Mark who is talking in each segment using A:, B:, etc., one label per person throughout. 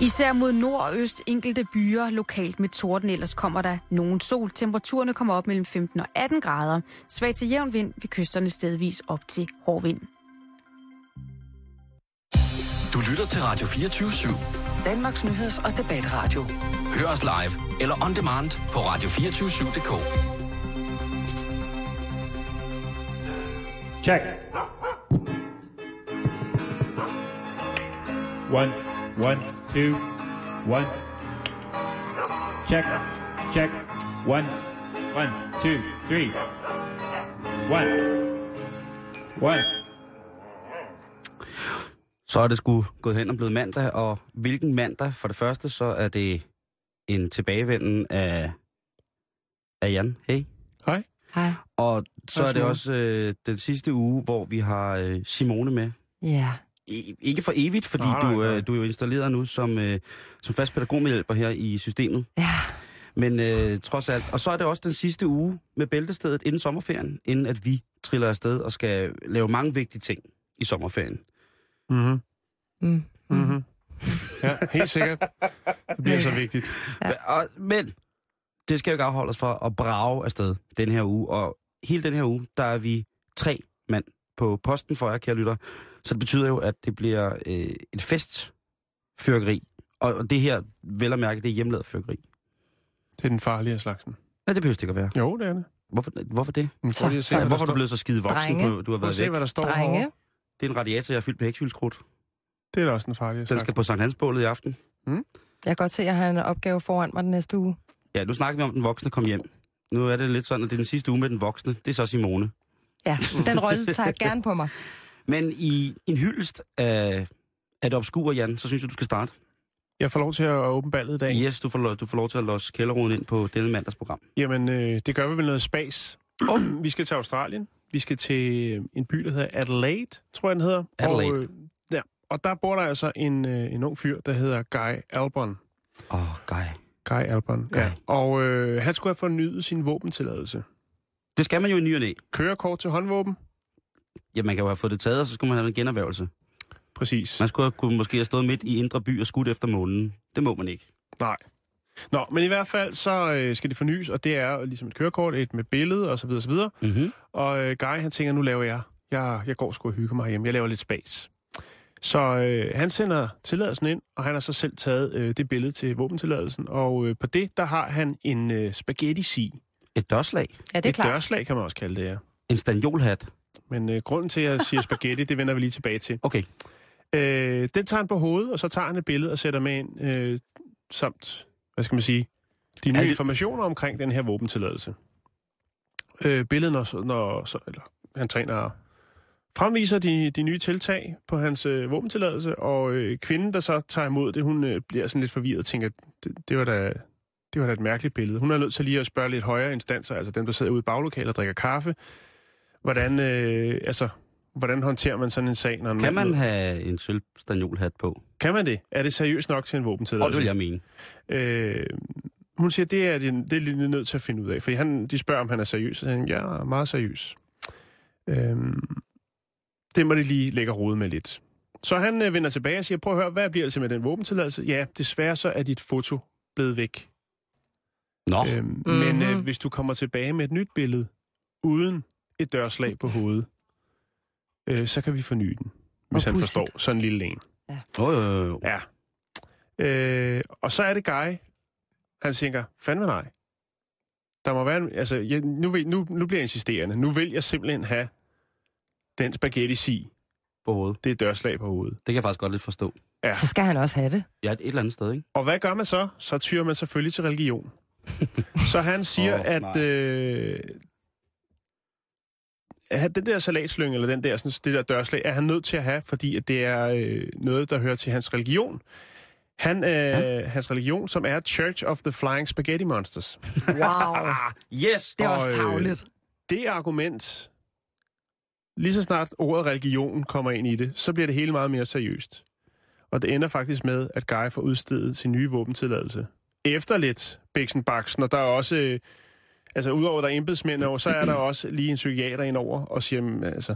A: Især mod nord og øst enkelte byer lokalt med torden, ellers kommer der nogen sol. Temperaturen kommer op mellem 15 og 18 grader. Svag til jævn vind ved kysterne stedvis op til hård vind.
B: Du lytter til Radio 24-7.
C: Danmarks Nyheds- og Debatradio.
B: Hør os live eller on demand på radio247.dk.
D: Check. One, one, two, one. Check, check. One, one, two, three. One, one.
E: Så er det sgu gået hen og blevet mandag, og hvilken mandag? For det første, så er det en tilbagevenden af, af Jan. Hey.
F: Hej.
G: Hej.
E: Og så
F: Hej,
E: er det
F: Simone.
E: også øh, den sidste uge, hvor vi har øh, Simone med.
G: Ja.
E: I, ikke for evigt, fordi
F: Nej, nej,
E: du,
F: nej.
E: øh, du er jo installeret nu som, øh, som fast pædagogmedhjælper her i systemet.
G: Ja.
E: Men øh, trods alt. Og så er det også den sidste uge med bæltestedet inden sommerferien, inden at vi triller afsted og skal lave mange vigtige ting i sommerferien.
F: Mm-hmm.
G: Mm.
F: Mm-hmm. Ja, helt sikkert. Det bliver så vigtigt.
G: Ja.
E: Og, men det skal jo ikke afholde os fra at brage afsted den her uge. Og hele den her uge, der er vi tre mand på posten for jer, kære lytter. Så det betyder jo, at det bliver øh, et festfyrkeri. Og, og det her, vel at mærke, det er hjemmelavet fyrkeri.
F: Det er den farlige af slagsen.
E: Nej, det behøver det ikke at være.
F: Jo, det er det.
E: Hvorfor, hvorfor det?
F: Men prøv lige at se,
E: Nej,
F: hvad
E: hvorfor
F: der
E: er du blevet så skide voksen på,
G: Drenge.
E: du har
F: Prøv at
E: været
F: se,
E: væk?
F: hvad der står
G: Drenge.
F: herovre.
E: Det er en radiator, jeg har fyldt med hækshylskrudt.
F: Det er da også den farlige af
E: Den
F: slagsen.
E: skal på Sankt Hansbålet i aften.
G: Jeg kan godt se, at jeg har en opgave foran mig den næste uge.
E: Ja, nu snakker vi om, at den voksne kom hjem. Nu er det lidt sådan, at det er den sidste uge med den voksne. Det er så Simone.
G: Ja, den rolle tager jeg gerne på mig.
E: Men i en hyldest af, af det obskure, Jan, så synes jeg, du skal starte.
F: Jeg får lov til at åbne ballet i dag.
E: Yes, du får, lov, du får lov til at låse kælderruden ind på denne mandags program.
F: Jamen, øh, det gør vi med noget spas. vi skal til Australien. Vi skal til øh, en by, der hedder Adelaide, tror jeg, den hedder. Og,
E: Adelaide.
F: øh, ja. og der bor der altså en, øh, en ung fyr, der hedder Guy Albon.
E: Åh, oh, gej.
F: Guy Albon,
E: Guy.
F: ja. Og øh, han skulle have fornyet sin våbentilladelse.
E: Det skal man jo i ny og næ.
F: Kørekort til håndvåben?
E: Ja, man kan jo have fået det taget, og så skulle man have en generhvervelse.
F: Præcis.
E: Man skulle have, kunne måske have stået midt i indre by og skudt efter månen. Det må man ikke.
F: Nej. Nå, men i hvert fald så øh, skal det fornyes, og det er ligesom et kørekort, et med billede osv. osv.
E: Mm-hmm.
F: Og øh, Guy, han tænker, nu laver jeg. jeg. Jeg går sgu og hygger mig hjemme. Jeg laver lidt spas. Så øh, han sender tilladelsen ind, og han har så selv taget øh, det billede til våbentilladelsen. Og øh, på det, der har han en øh, spaghetti-si.
E: Et dørslag.
G: Ja, det er
F: Et
G: klart.
F: dørslag, kan man også kalde det, ja.
E: En stanjolhat.
F: Men øh, grunden til, at jeg siger spaghetti, det vender vi lige tilbage til.
E: Okay.
F: Øh, den tager han på hovedet, og så tager han et billede og sætter med ind, øh, samt, hvad skal man sige, de nye
E: det-
F: informationer omkring den her våbentilladelse. Øh, billedet, når, så- når så, eller, han træner fremviser de, de nye tiltag på hans øh, våbentilladelse, og øh, kvinden, der så tager imod det, hun øh, bliver sådan lidt forvirret og tænker, det, det, var da, det var da et mærkeligt billede. Hun er nødt til lige at spørge lidt højere instanser, altså dem, der sidder ude i baglokalet og drikker kaffe. Hvordan, øh, altså, hvordan håndterer man sådan en sag? Når en
E: Kan
F: mand-
E: man have en sølv stanjolhat på?
F: kan man det? Er det seriøst nok til en våbentilladelse?
E: Åh, det vil jeg mene.
F: Øh, hun siger, det er, de, det er lige nødt til at finde ud af. For han, de spørger, om han er seriøs. Og han, ja, meget seriøs. Øh, det må de lige lægge rode med lidt. Så han øh, vender tilbage og siger, prøv at høre, hvad bliver det til med den våbentilladelse? Ja, desværre så er dit foto blevet væk.
E: Nå,
F: Oh. Øhm, Men øh,
G: Mhm.
F: hvis du kommer tilbage med et nyt billede, uden et dørslag på hovedet, øh, så kan vi forny den. Hvis
G: Hvor
F: han
G: pudsigt.
F: forstår sådan en lille en.
E: jo, jo, jo, jo.
F: Ja. Øh, og så er det Guy. Han tænker, fandme nej. Der må være en, altså, jeg, nu, vil, nu, nu bliver jeg insisterende. Nu vil jeg simpelthen have den spaghetti si.
E: på hovedet.
F: Det er dørslag på hovedet.
E: Det kan jeg faktisk godt lidt forstå.
G: Så skal han også have det.
E: Ja, et eller andet sted, ikke?
F: Og hvad gør man så? Så tyrer man selvfølgelig til religion. så han siger,
E: Åh,
F: oh, at,
E: nej.
F: øh, at den der salatslynge, eller den der, sådan, det der dørslag, er han nødt til at have, fordi at det er øh, noget, der hører til hans religion. Han, øh, ja. Hans religion, som er Church of the Flying Spaghetti Monsters.
G: Wow.
E: Yes!
G: Det er også
F: Og, øh,
G: tavligt.
F: Det argument, lige så snart ordet religion kommer ind i det, så bliver det hele meget mere seriøst. Og det ender faktisk med, at Guy får udstedet sin nye våbentilladelse. Efter lidt Bixen Baxen, og der er også... øh, Altså, udover at der er embedsmænd over, så er der også lige en psykiater indover og siger, "Men, altså,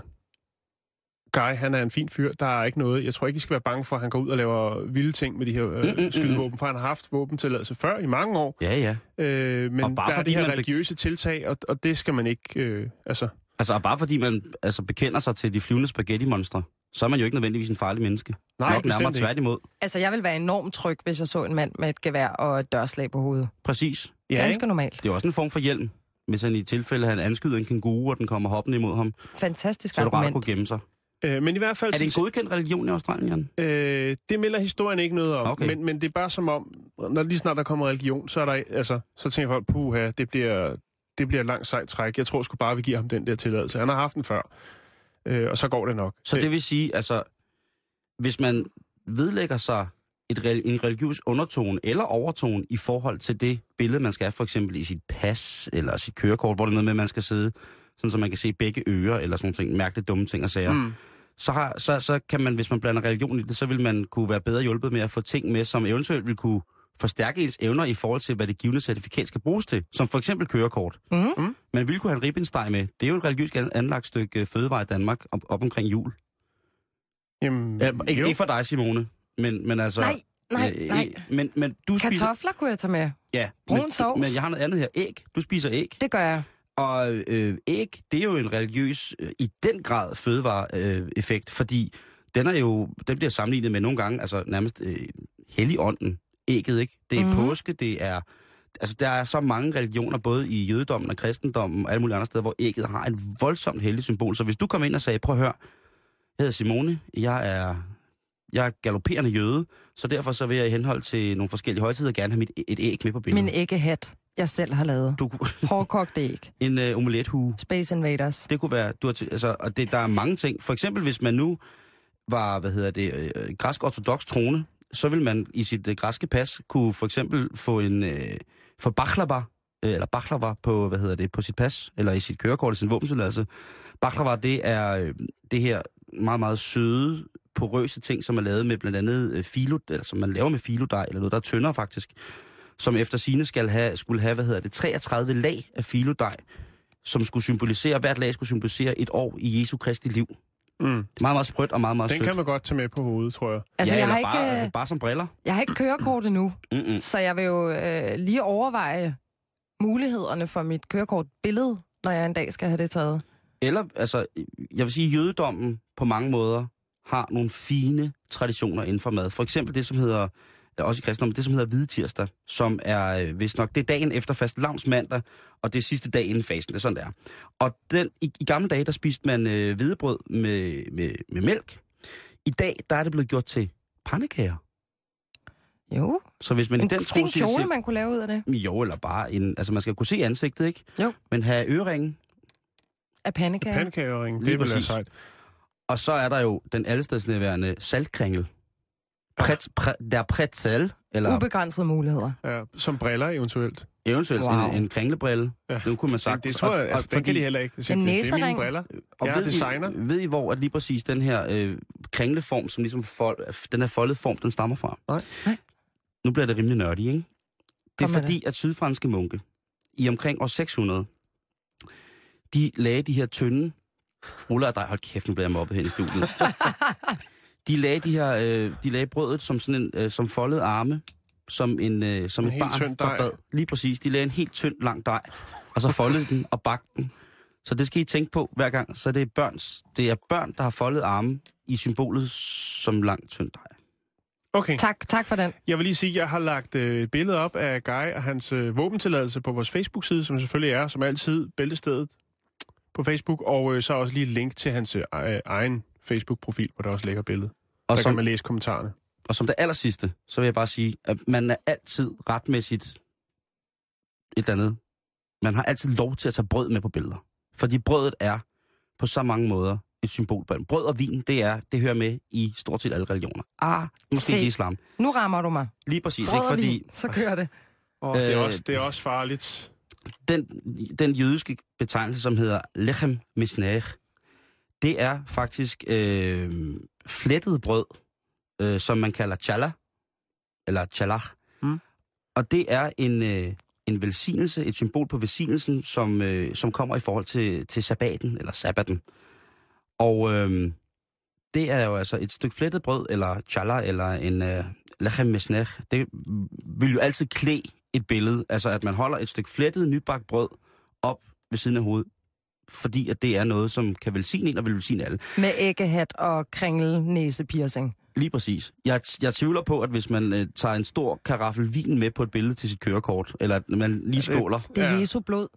F: Guy, han er en fin fyr. Der er ikke noget. Jeg tror ikke, I skal være bange for, at han går ud og laver vilde ting med de her øh,
E: mm, mm.
F: skydevåben, for han har haft våbentilladelse før i mange år.
E: Ja, ja.
F: Øh,
E: Og
F: men
E: bare
F: der er
E: fordi
F: de her
E: man be-
F: religiøse tiltag, og, og det skal man ikke... Øh, altså,
E: Altså, og bare fordi man altså, bekender sig til de flyvende spaghetti-monstre, så er man jo ikke nødvendigvis en farlig menneske.
F: Nej,
E: Nok nærmere
F: bestemt ikke.
E: tværtimod.
G: Altså, jeg ville være enormt tryg, hvis jeg så en mand med et gevær og et dørslag på hovedet.
E: Præcis.
G: Ja,
F: ja,
G: Ganske
F: ikke?
G: normalt.
E: Det er også en form for hjelm. Hvis han i tilfælde, han anskyder en kænguru, og den kommer hoppende imod ham,
G: Fantastisk
E: så er det rart at
G: argument.
E: kunne gemme sig.
F: Øh, men i hvert fald...
E: Er det en godkendt religion i Australien, Jan?
F: Øh, det melder historien ikke noget om,
E: Okay.
F: okay. men, men det er bare som om, når lige snart der kommer religion, så, er der, altså, så tænker folk, puha, det bliver, det bliver et langt sejt træk. Jeg tror sgu bare, vi giver ham den der tilladelse. Han har haft den før, øh, og så går det nok. Øh,
E: Så det vil sige, altså, hvis man vedlægger sig et, rel- en religiøs undertone eller overtone i forhold til det billede, man skal have, for eksempel i sit pas eller sit kørekort, hvor det er noget med, at man skal sidde, sådan så man kan se begge ører eller sådan nogle ting, mærkeligt dumme ting og sager, mm.
F: Mm.
E: så, har, så, så kan man, hvis man blander religion i det, så vil man kunne være bedre hjulpet med at få ting med, som eventuelt vil kunne forstærke ens evner i forhold til, hvad det givende certifikat skal bruges til, som for eksempel kørekort.
G: Mm.
E: Man ville kunne have en ribbensteg med. Det er jo et religiøst an- anlagt stykke øh, fødevare i Danmark op, op omkring jul.
F: Jamen,
E: Ja, ikke,
F: jo.
E: ikke for dig, Simone, men, men altså...
G: Nej, nej,
E: øh,
G: nej.
E: Men, men du spiser...
G: Kartofler kunne jeg tage med.
E: Ja,
G: brun
E: men,
G: sovs.
E: Men jeg har noget andet her. Æg. Du spiser æg.
G: Det gør jeg.
E: Og øh, æg, det er jo en religiøs, øh, i den grad, fødevareeffekt, øh, effekt, fordi den er jo, den bliver sammenlignet med nogle gange, altså nærmest øh, helligånden, ægget, ikke? Det er
G: Mhm.
E: mm. påske, det er... Altså, der er så mange religioner, både i jødedommen og kristendommen og alle mulige andre steder, hvor ægget har et voldsomt helligt symbol. Så hvis du kom ind og sagde, prøv at høre, jeg hedder Simone, jeg er, jeg er galopperende jøde, så derfor så vil jeg i henhold til nogle forskellige højtider gerne have mit, et æg med på billedet.
G: Min æggehat, jeg selv har lavet.
E: Du, kunne-
G: Hårdkogt æg.
E: en øh, omelethue.
G: Space Invaders.
E: Det kunne være, du har til, altså, og det, der er mange ting. For eksempel, hvis man nu var, hvad hedder det, øh, græsk ortodox trone, så vil man i sit øh, græske pas kunne for eksempel få en, øh, få baklava, øh, eller baklava på, hvad hedder det, på sit pas, eller i sit kørekort, i sin våbentilladelse. Baklava, det er øh, det her meget, meget søde, porøse ting, som er lavet med blandt andet øh, filo, eller som man laver med filodej, eller noget, der er tyndere faktisk, som efter sine skal have, skulle have, hvad hedder det, 33 lag af filodej, som skulle symbolisere, hvert lag skulle symbolisere et år i Jesu Kristi liv.
F: Mm.
E: Meget, meget sprødt og meget, meget
F: Den
E: sødt.
F: kan man godt tage med på hovedet, tror jeg.
G: Altså,
E: ja,
G: ja, jeg,
E: eller
G: har ikke,
E: bare,
G: bare...
E: bare som briller.
G: jeg har ikke kørekort endnu,
E: Mm-mm.
G: så jeg vil jo øh, lige overveje mulighederne for mit kørekortbillede, når jeg en dag skal have det taget.
E: Eller, altså, jeg vil sige, jødedommen på mange måder har nogle fine traditioner inden for mad. For eksempel det, som hedder, ja, også i kristendommen, det, som hedder hvide tirsdag, som er, øh, hvis nok, det er dagen efter fast mandag, og det er sidste dag inden fasten, det er sådan, det er. Og den, i, i gamle dage, der spiste man øh, hvedebrød med, med, med mælk. I dag, der er det blevet gjort til pandekager.
G: Jo,
E: Så hvis man i
G: en
E: den tro
G: fin
E: siger,
G: kjole,
E: siger-
G: man kunne lave ud af det.
E: jo, eller bare en... Altså, man skal kunne se ansigtet, ikke?
G: Jo.
E: Men have øreringen.
G: Af
F: Ja.
G: pandekager.
F: Pandekagering,
E: Lige
F: det vil være
E: præcis.
F: sejt.
E: Og så er der jo den allestedsnærværende saltkringel. Pret, præ, der pretzel, eller Ube.
G: Ubegrænsede muligheder.
F: Ja, som briller eventuelt.
E: eventuelt wow.
G: Wow.
E: en, en kringlebrille.
F: Ja.
E: Nu kunne man sagt.
F: det, det tror jeg, altså, det kan de heller ikke.
G: En
F: Det, det er
G: næsering.
F: mine briller.
E: og
F: Jeg er
E: ved,
F: designer.
E: I, ved I, hvor at lige præcis den her øh, kringleform, som ligesom fold, den her foldede form, den stammer fra?
G: Nej. Nej.
E: Nu bliver det rimelig nørdigt, ikke? Det er
G: Kom med
E: fordi, at sydfranske munke i omkring år 600, de lagde de her tynde... Ulla og dig, hold kæft, nu bliver jeg mobbet hen i studiet. de lagde de her, øh, de lagde brødet som sådan en, øh, som foldet arme, som en, øh, som
F: En
E: et
F: helt
E: barn,
F: tynd
E: der
F: dej.
E: bad. Lige præcis, de lagde en helt tynd, lang dej, og så foldede den og bagte den. Så det skal I tænke på hver gang, så det er børns, det er børn, der har foldet arme i symbolet som lang, tynd dej.
F: Okay.
G: Tak, tak for den.
F: Jeg vil lige sige, at jeg har lagt øh, et billede op af Guy og hans øh, våbentilladelse på vores Facebook-side, som selvfølgelig er, som altid, Bæltestedet på Facebook, og øh, så også lige et link til hans øh, egen Facebook-profil, hvor der også ligger billedet. Og
E: Og
F: der
E: som,
F: kan man læse kommentarerne.
E: Og som det aller sidste, så vil jeg bare sige, at man er altid retmæssigt et eller andet. Man har altid lov til at tage brød med på billeder. Fordi brødet er på så mange måder et symbol på en. Brød og vin, det er, det hører med i stort set alle religioner. Ah, måske
G: Se.
E: ikke islam.
G: Nu rammer du mig.
E: Lige præcis,
G: Brød
E: ikke?
G: og
E: Fordi
G: vin, så kører det.
F: Og øh, det, er
E: Øh,
F: også, det er også farligt.
E: den, den jødiske betegnelse, som hedder lechem misnach, det er faktisk øh, flettet brød, øh, som man kalder challah, eller challah.
F: Mm.
E: Og det er en, øh, en velsignelse, et symbol på velsignelsen, som, øh, som kommer i forhold til, til sabbaten, eller sabbaten. Og øh, det er jo altså et stykke flettet brød, eller challah, eller en øh, lechem mesnech. Det vil jo altid klæde et billede. Altså, at man holder et stykke flettet, nybagt brød op ved siden af hovedet. Fordi at det er noget, som kan velsigne en, og vil velsigne alle.
G: Med æggehat og kringle næsepiercing.
E: Lige præcis. Jeg, jeg tvivler på, at hvis man øh, tager en stor karaffel vin med på et billede til sit kørekort, eller at man lige skåler.
G: Det er
F: Ja.
G: Jesu blod.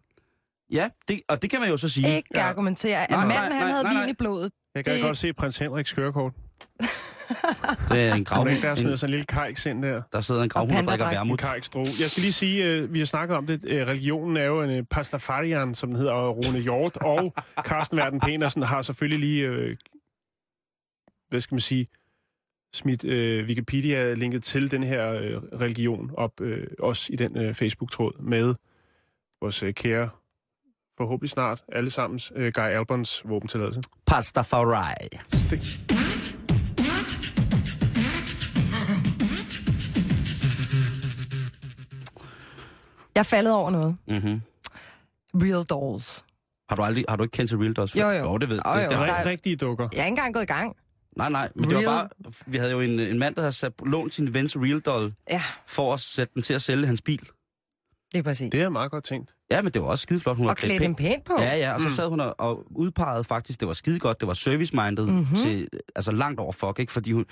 E: Ja, det, og det kan man jo så sige.
G: Ikke
F: Ja.
G: argumentere, at
E: Nej, nej,
G: manden han
E: nej,
G: havde
E: nej, nej.
G: vin i blodet.
F: Jeg kan
G: Det-
F: det... godt se prins Henriks kørekort.
E: Det er en
F: Kunne
E: gravhund.
F: der ikke være sådan, noget,
E: En-
F: sådan en lille kajks ind der?
E: Der sidder en gravhund og drikker
G: pandadreng.
F: En
E: vermut.
F: kajks drog. Jeg skal lige sige, øh, vi har snakket om det. Øh, religionen er jo en øh, pastafarian, som den hedder, og Rune Hjort. Og Carsten Verden Penersen har selvfølgelig lige, øh, hvad skal man sige, smidt øh, Wikipedia-linket til den her øh, religion op, øh, også i den øh, Facebook-tråd med vores øh, kære, forhåbentlig snart, allesammens øh, Guy Albons våbentilladelse.
E: Pastafari.
G: Jeg faldet over noget.
E: Mm-hmm.
G: Real dolls.
E: Har du, aldrig, har du ikke kendt til Real Dolls? før?
G: Jo, jo.
E: jo det ved
G: Jo,
E: det-
G: jo.
E: det-
G: Der er-
F: Rig- rigtige dukker.
G: Jeg er ikke engang gået i gang.
E: Nej, nej, men det var
G: Real-
E: bare... Vi havde jo en, øh, en mand, der havde sat, lånt sin vens Real Doll
G: Ja,
E: for at sætte den til at sælge hans bil.
G: det er præcis.
F: Det er meget godt tænkt.
E: Ja, men det var også skideflot. Hun var
G: og klæde dem pænt på. Mm.
E: Ja, ja, og så sad hun og, og udpegede faktisk, det var skide godt, det var service-minded,
G: Mhm.
E: mm-hmm. til, altså langt over fuck, ikke? Fordi hun,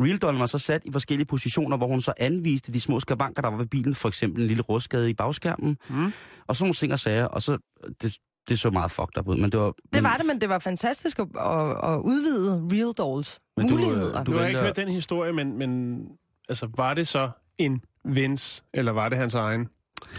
E: Real Dollen var så sat i forskellige positioner, hvor hun så anviste de små skavanker, der var ved bilen, for eksempel en lille rustskade i bagskærmen, mm. og sådan nogle ting og sager, og så, det, det så meget fucked up ud, men det var...
G: Det var det, men det var fantastisk at, at, at udvide real dolls
E: Men du, øh,
G: muligheder.
E: du-
F: Du har ikke
E: vælger-
F: hørt den historie, men, men altså, var det så en vens, eller var det hans egen?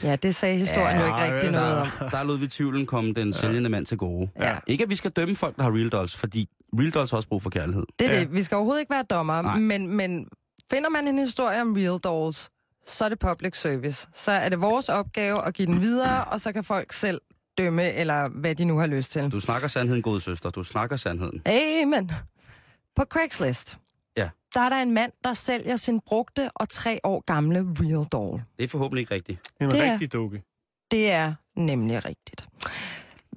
G: Ja, det sagde historien ja, jo ikke
F: nej,
G: rigtig
F: der-
G: noget om.
E: Der, der lod vi tvivlen komme den sælgende mand til gode.
G: Ja.
E: Ikke at vi skal dømme folk, der har Real Dolls, fordi Real Dolls har også brug for kærlighed.
G: Det er
F: Ja.
G: ja. det. Vi skal overhovedet ikke være dommer,
E: Nej.
G: men, men finder man en historie om real dolls, så er det public service. Så er det vores opgave at give den videre, og så kan folk selv dømme, eller hvad de nu har lyst til.
E: Du snakker sandheden, gode søster, du snakker sandheden.
G: Amen. På Craigslist,
E: Ja.
G: der er der en mand, der sælger sin brugte og tre år gamle real doll.
E: Det er forhåbentlig ikke rigtigt.
F: En
G: Det er-
F: rigtig dukke.
G: Det er nemlig rigtigt.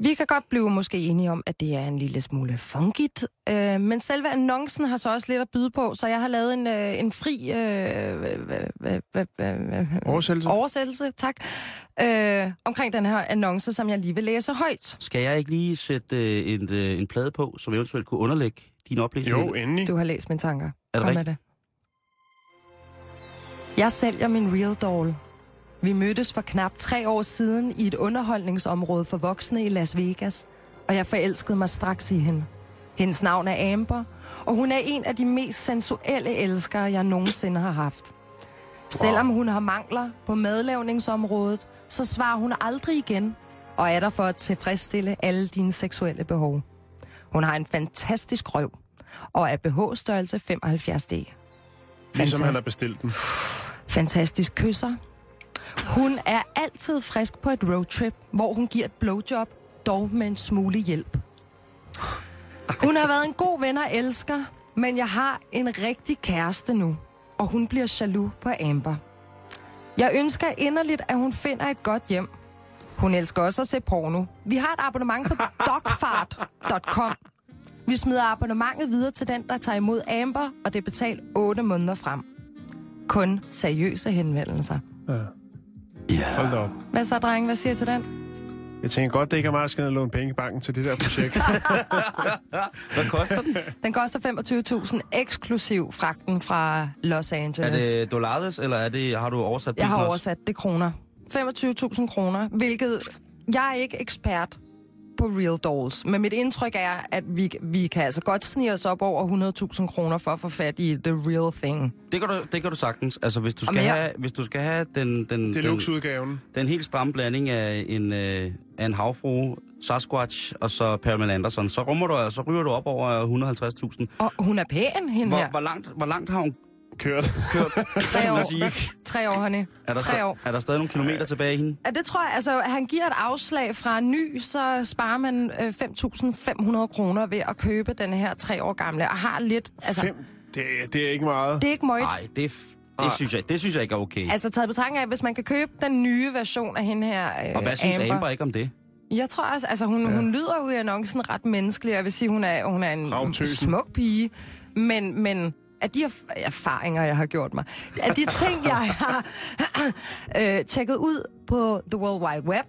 G: Vi kan godt blive måske enige om, at det er en lille smule funkigt, øh, men selve annoncen har så også lidt at byde på, så jeg har lavet en, øh, en fri øh, hva- hva- hva- hva- hva-
F: Oversættelse?
G: oversættelse tak, øh, omkring den her annonce, som jeg lige vil læse højt.
E: Skal jeg ikke lige sætte øh, en, øh, en plade på, som eventuelt kunne underlægge din oplæsning?
F: Jo, endelig.
G: Du har læst mine tanker.
E: Er det
G: Kom med
E: rigtigt?
G: Jeg sælger min real doll. Vi mødtes for knap tre år siden i et underholdningsområde for voksne i Las Vegas, og jeg forelskede mig straks i hende. Hendes navn er Amber, og hun er en af de mest sensuelle elskere, jeg nogensinde har haft. Selvom hun har mangler på madlavningsområdet, så svarer hun aldrig igen, og er der for at tilfredsstille alle dine seksuelle behov. Hun har en fantastisk røv, og er BH-størrelse 75D.
F: Ligesom han har
G: Fantastisk,
F: bestilt den.
G: fantastisk kysser. Hun er altid frisk på et roadtrip, hvor hun giver et blowjob, dog med en smule hjælp. Hun har været en god ven og elsker, men jeg har en rigtig kæreste nu, og hun bliver jaloux på Amber. Jeg ønsker inderligt, at hun finder et godt hjem. Hun elsker også at se porno. Vi har et abonnement på dogfart.com. Vi smider abonnementet videre til den, der tager imod Amber, og det er betalt 8 måneder frem. Kun seriøse henvendelser.
F: Hold da op.
G: Hvad så, drenge? Hvad siger I til den?
F: Jeg tænker godt, det ikke er meget, at jeg skal ned og låne penge i banken til det der projekt.
E: Hvad koster den?
G: Den koster 25.000 eksklusiv fragten fra Los Angeles.
E: er det dollars, eller er det, har du oversat
G: Jeg
E: prisen
G: har
E: også?
G: oversat det kroner. 25.000 kroner, hvilket... Jeg er ikke ekspert på Real Dolls, men mit indtryk er, at vi, vi kan altså godt snige os op over 100.000 kroner for at få fat i The Real Thing.
E: Det kan, du, det kan du sagtens. Altså, hvis du
G: Og
E: skal,
G: mere.
E: have, hvis du skal have den, den,
F: Det er
E: den,
F: luksudgaven.
E: den helt stramme blanding af en, øh, af en havfru, Sasquatch og så Perman Anderson, så, rummer du, så ryger du op over 150.000.
G: Og hun er pæn, hende
E: Hvor,
G: her.
E: hvor, langt, hvor langt har hun
F: Kørt.
E: kan
G: tre,
E: man
G: år,
E: sige?
G: tre år, honey.
E: er der,
G: tre år.
E: sta- er der stadig nogle kilometer tilbage i hende?
G: Ja, det tror jeg, altså, han giver et afslag fra en ny, så sparer man øh, 5.500 kroner ved at købe den her tre år gamle, og har lidt, altså,
F: Fem. Det, er- det er ikke meget.
G: det er ikke møjt.
E: Nej, det, f- det, synes jeg, det synes jeg ikke er okay.
G: Altså taget i betragtning af, hvis man kan købe den nye version af hende her, øh,
E: og hvad synes Amber,
G: Amber
E: ikke om det?
G: Jeg tror også, altså hun, ja. hun lyder jo i annoncen ret menneskelig. Jeg vil sige, hun er, hun er en
F: Ravntøsen.
G: smuk pige. Men, men af de erf- erfaringer, jeg har gjort mig, af de ting, jeg har øh, tjekket ud på The World Wide Web,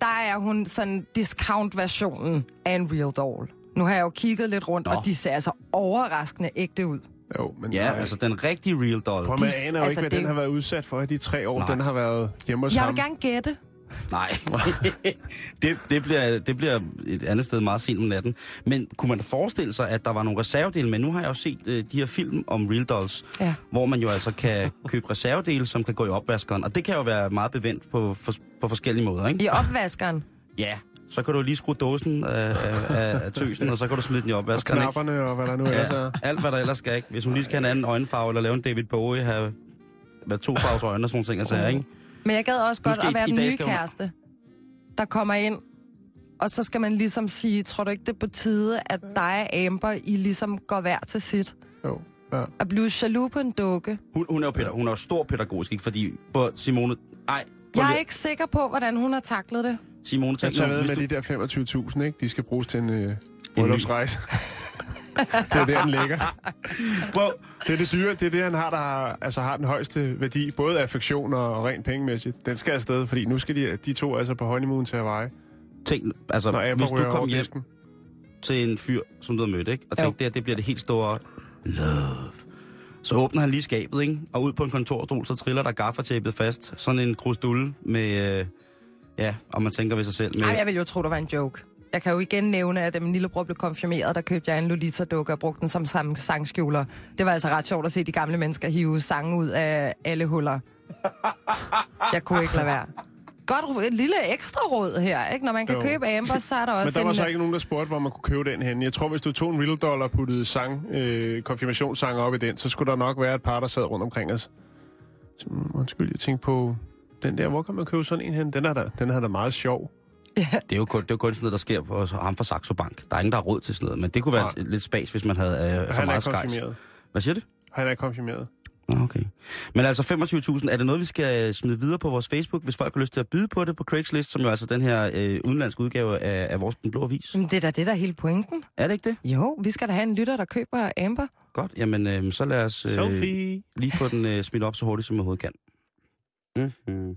G: der er hun sådan discount-versionen af en real doll. Nu har jeg jo kigget lidt rundt, Nå. og de ser altså overraskende ægte ud.
F: Jo, men
E: Ja,
F: nej.
E: altså den rigtige real doll.
F: Prøv, at man
G: De-
F: aner jo
G: altså,
F: ikke, hvad
G: det er
F: den
G: jo-
F: har været udsat for i de tre år,
E: Nej.
F: den har været hjemme hos
G: Jeg
F: ham.
G: vil gerne gætte.
E: Nej, det, det, bliver, det bliver et andet sted meget sent om natten. Men kunne man forestille sig, at der var nogle reservedele? Men nu har jeg jo set øh, de her film om Real Dolls,
G: Ja.
E: hvor man jo altså kan købe reservedele, som kan gå i opvaskeren. Og det kan jo være meget bevendt på, for, på forskellige måder, ikke?
G: I opvaskeren.
E: Ja. Så kan du lige skrue dåsen af, af, af tøsen, og så kan du smide den i opvaskeren, ikke?
F: Knapperne og hvad der nu ellers
E: Ja,
F: er.
E: alt hvad der ellers skal, ikke? Hvis hun lige skal have en anden øjenfarve, eller lave en David Bowie, have, have to farves øjne og sådan nogle ting, altså, ikke?
G: Men jeg gad også godt
E: skal
G: at
E: I-
G: være
E: i
G: den
E: dag
G: nye
E: skal hun-
G: kæreste, der kommer ind. Og så skal man ligesom sige, tror du ikke det er på tide, at dig og Amber, I ligesom går hver til sit?
F: Jo, ja.
G: At blive jaloux på en dukke.
E: Hun, hun, er jo pæda- hun er jo stor pædagogisk, ikke? Fordi på Simone... Ej, prøv
G: Jeg er
E: lige-
G: ikke sikker på, hvordan hun har taklet det.
E: Simone, tænk
F: Jeg tager
E: nu,
F: med
E: hvis
F: med
E: du...
F: de der 25.000, ikke? De skal bruges til en øh, bryllupsrejse. det er der, den ligger.
E: Prøv,
F: Det er det syre, det er det, han har, der har, altså, har den højeste værdi, både affektion og rent pengemæssigt. Den skal afsted, fordi nu skal de, de to altså på honeymoon til Hawaii,
E: tænk, altså,
F: når Amber
E: hvis du
F: ryger over
E: kom hjem
F: disken.
E: til en fyr, som du har mødt, ikke? Og
G: Jo.
E: tænkte, det her, det bliver det helt store love. Så åbner han lige skabet, ikke? Og ud på en kontorstol, så triller der gaffertæppet fast. Sådan en krusdulle med... Øh, ja, og man tænker ved sig selv med...
G: Nej, jeg ville jo tro, det var en joke. Jeg kan jo igen nævne, at da min lillebror blev konfirmeret, der købte jeg en Lolita-dukke og brugte den som sam- sangskjuler. Det var altså ret sjovt at se de gamle mennesker hive sange ud af alle huller. Jeg kunne ikke lade være. Godt ro- et lille ekstra råd her, ikke? Når man kan
F: Jo.
G: jo. købe Amber, så er der også
F: Men der var
G: en... øh,
F: så ikke nogen, der spurgte, hvor man kunne købe den henne. Jeg tror, hvis du tog en real dollar og puttede sang, øh, konfirmationssange op i den, så skulle der nok være et par, der sad rundt omkring os. Så, mm, undskyld, jeg tænkte på den der, hvor kan man købe sådan en hen? Den er da, den er da meget sjov.
E: Det er jo kun, det er jo kun sådan noget, der sker på ham fra Saxo Bank. Der er ingen, der har råd til sådan noget, men det kunne være
F: Nej.
E: lidt spas, hvis man havde øh, for
F: Han er
E: meget skejs.
F: konfirmeret.
E: Hvad siger du?
F: Han er konfirmeret.
E: Nå, Okay. Men altså 25.000, er det noget, vi skal øh, smide videre på vores Facebook, hvis folk har lyst til at byde på det på Craigslist, som jo er altså den her øh, udenlandske udgave af, af vores Den Blå Avis?
G: Men det er da det, der er hele pointen.
E: Er det ikke det?
G: Jo, vi skal da have en lytter, der køber Amber.
E: Godt, jamen øh, så lad os øh,
F: Sophie.
E: lige få den øh, smidt op så hurtigt, som vi overhovedet kan. Mm-hmm.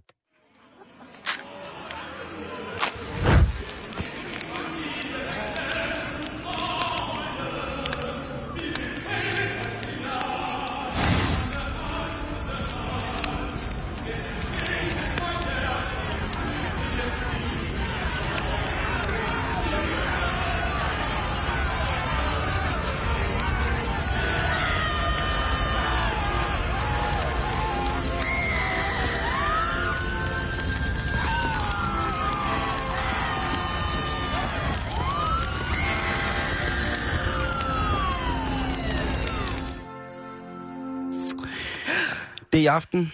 E: Det er i aften,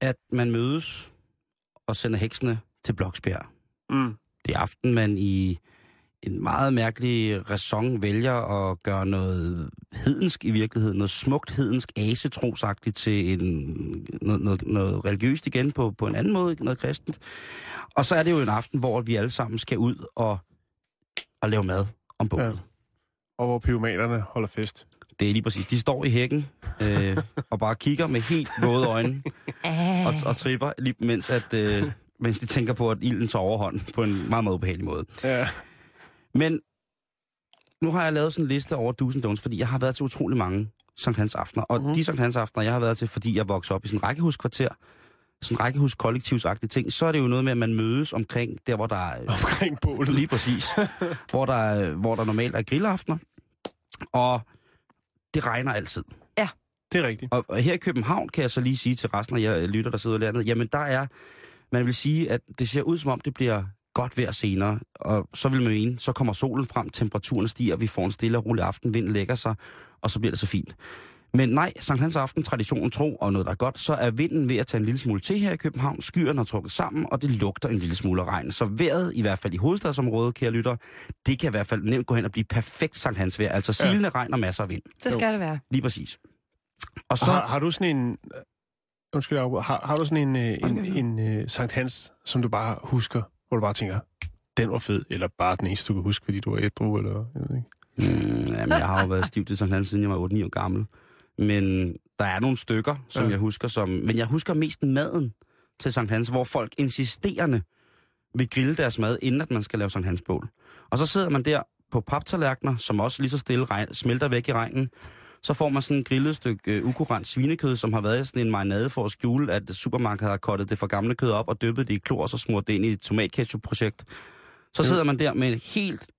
E: at man mødes og sender heksene til Bloksbjerg.
F: Mm.
E: Det er aften, man i en meget mærkelig ræson vælger at gøre noget hedensk i virkeligheden, noget smukt hedensk asetrosagtigt til en, noget, noget, noget religiøst igen på, på en anden måde, noget kristent. Og så er det jo en aften, hvor vi alle sammen skal ud og, og lave mad om bålet.
F: Ja. Og hvor pyromanerne holder fest.
E: Det er lige præcis. De står i hækken øh, og bare kigger med helt våde øjne og, og tripper, lige mens, at, øh, mens de tænker på, at ilden tager overhånd på en meget, meget ubehagelig måde.
F: Ja.
E: Men nu har jeg lavet sådan en liste over do's and don'ts, fordi jeg har været til utrolig mange Sankt Hans Aftener. Og mm. de Sankt Hans Aftener, jeg har været til, fordi jeg voksede op i sådan en rækkehuskvarter, sådan en rækkehus kollektivsagtige ting, så er det jo noget med, at man mødes omkring der, hvor der er
F: Omkring bålet.
E: Lige præcis. hvor, der, er- hvor der normalt er grillaftener. Og det regner altid.
F: Det er rigtigt.
E: Og, og her i København kan jeg så lige sige til resten af jer lytter, der sidder i landet, jamen der er, man vil sige, at det ser ud som om, det bliver godt vejr senere, og så vil man mene, så kommer solen frem, temperaturen stiger, vi får en stille og rolig aften, vinden lægger sig, og så bliver det så fint. Men nej, Sankt Hans Aften, traditionen tro og noget, der er godt, så er vinden ved at tage en lille smule til her i København, skyerne har trukket sammen, og det lugter en lille smule af regn. Så vejret, i hvert fald i hovedstadsområdet, kære lytter, det kan i hvert fald nemt gå hen og blive perfekt Sankt Hans vejr, altså
F: Ja.
E: silende regn og masser af vind.
G: Det skal det være.
E: Lige præcis. Og
F: Så... Har, har du sådan en... Undskyld, øh, jeg afbryder. har, har du sådan en, øh, en, en, en uh, Sankt Hans, som du bare husker, hvor du bare tænker, den var fed, eller bare den eneste, du kan huske, fordi du var ædru, eller jeg ved ikke.
E: Mm, jamen, jeg har jo været stiv til sådan siden jeg var 8-9 år gammel. Men der er nogle stykker, som
F: Ja.
E: ja. jeg husker som... Men jeg husker mest maden til Sankt Hans, hvor folk insisterende vil grille deres mad, inden at man skal lave Sankt Hans bål. Og så sidder man der på paptallerkener, som også lige så stille regn, smelter væk i regnen. Så får man sådan et grillet stykke øh, ukurant svinekød, som har været i sådan en marinade for at skjule, at supermarkedet har kottet det for gamle kød op og dyppet det i klor, og så smurt det ind i et tomatketchup-projekt. Så sidder man der med en helt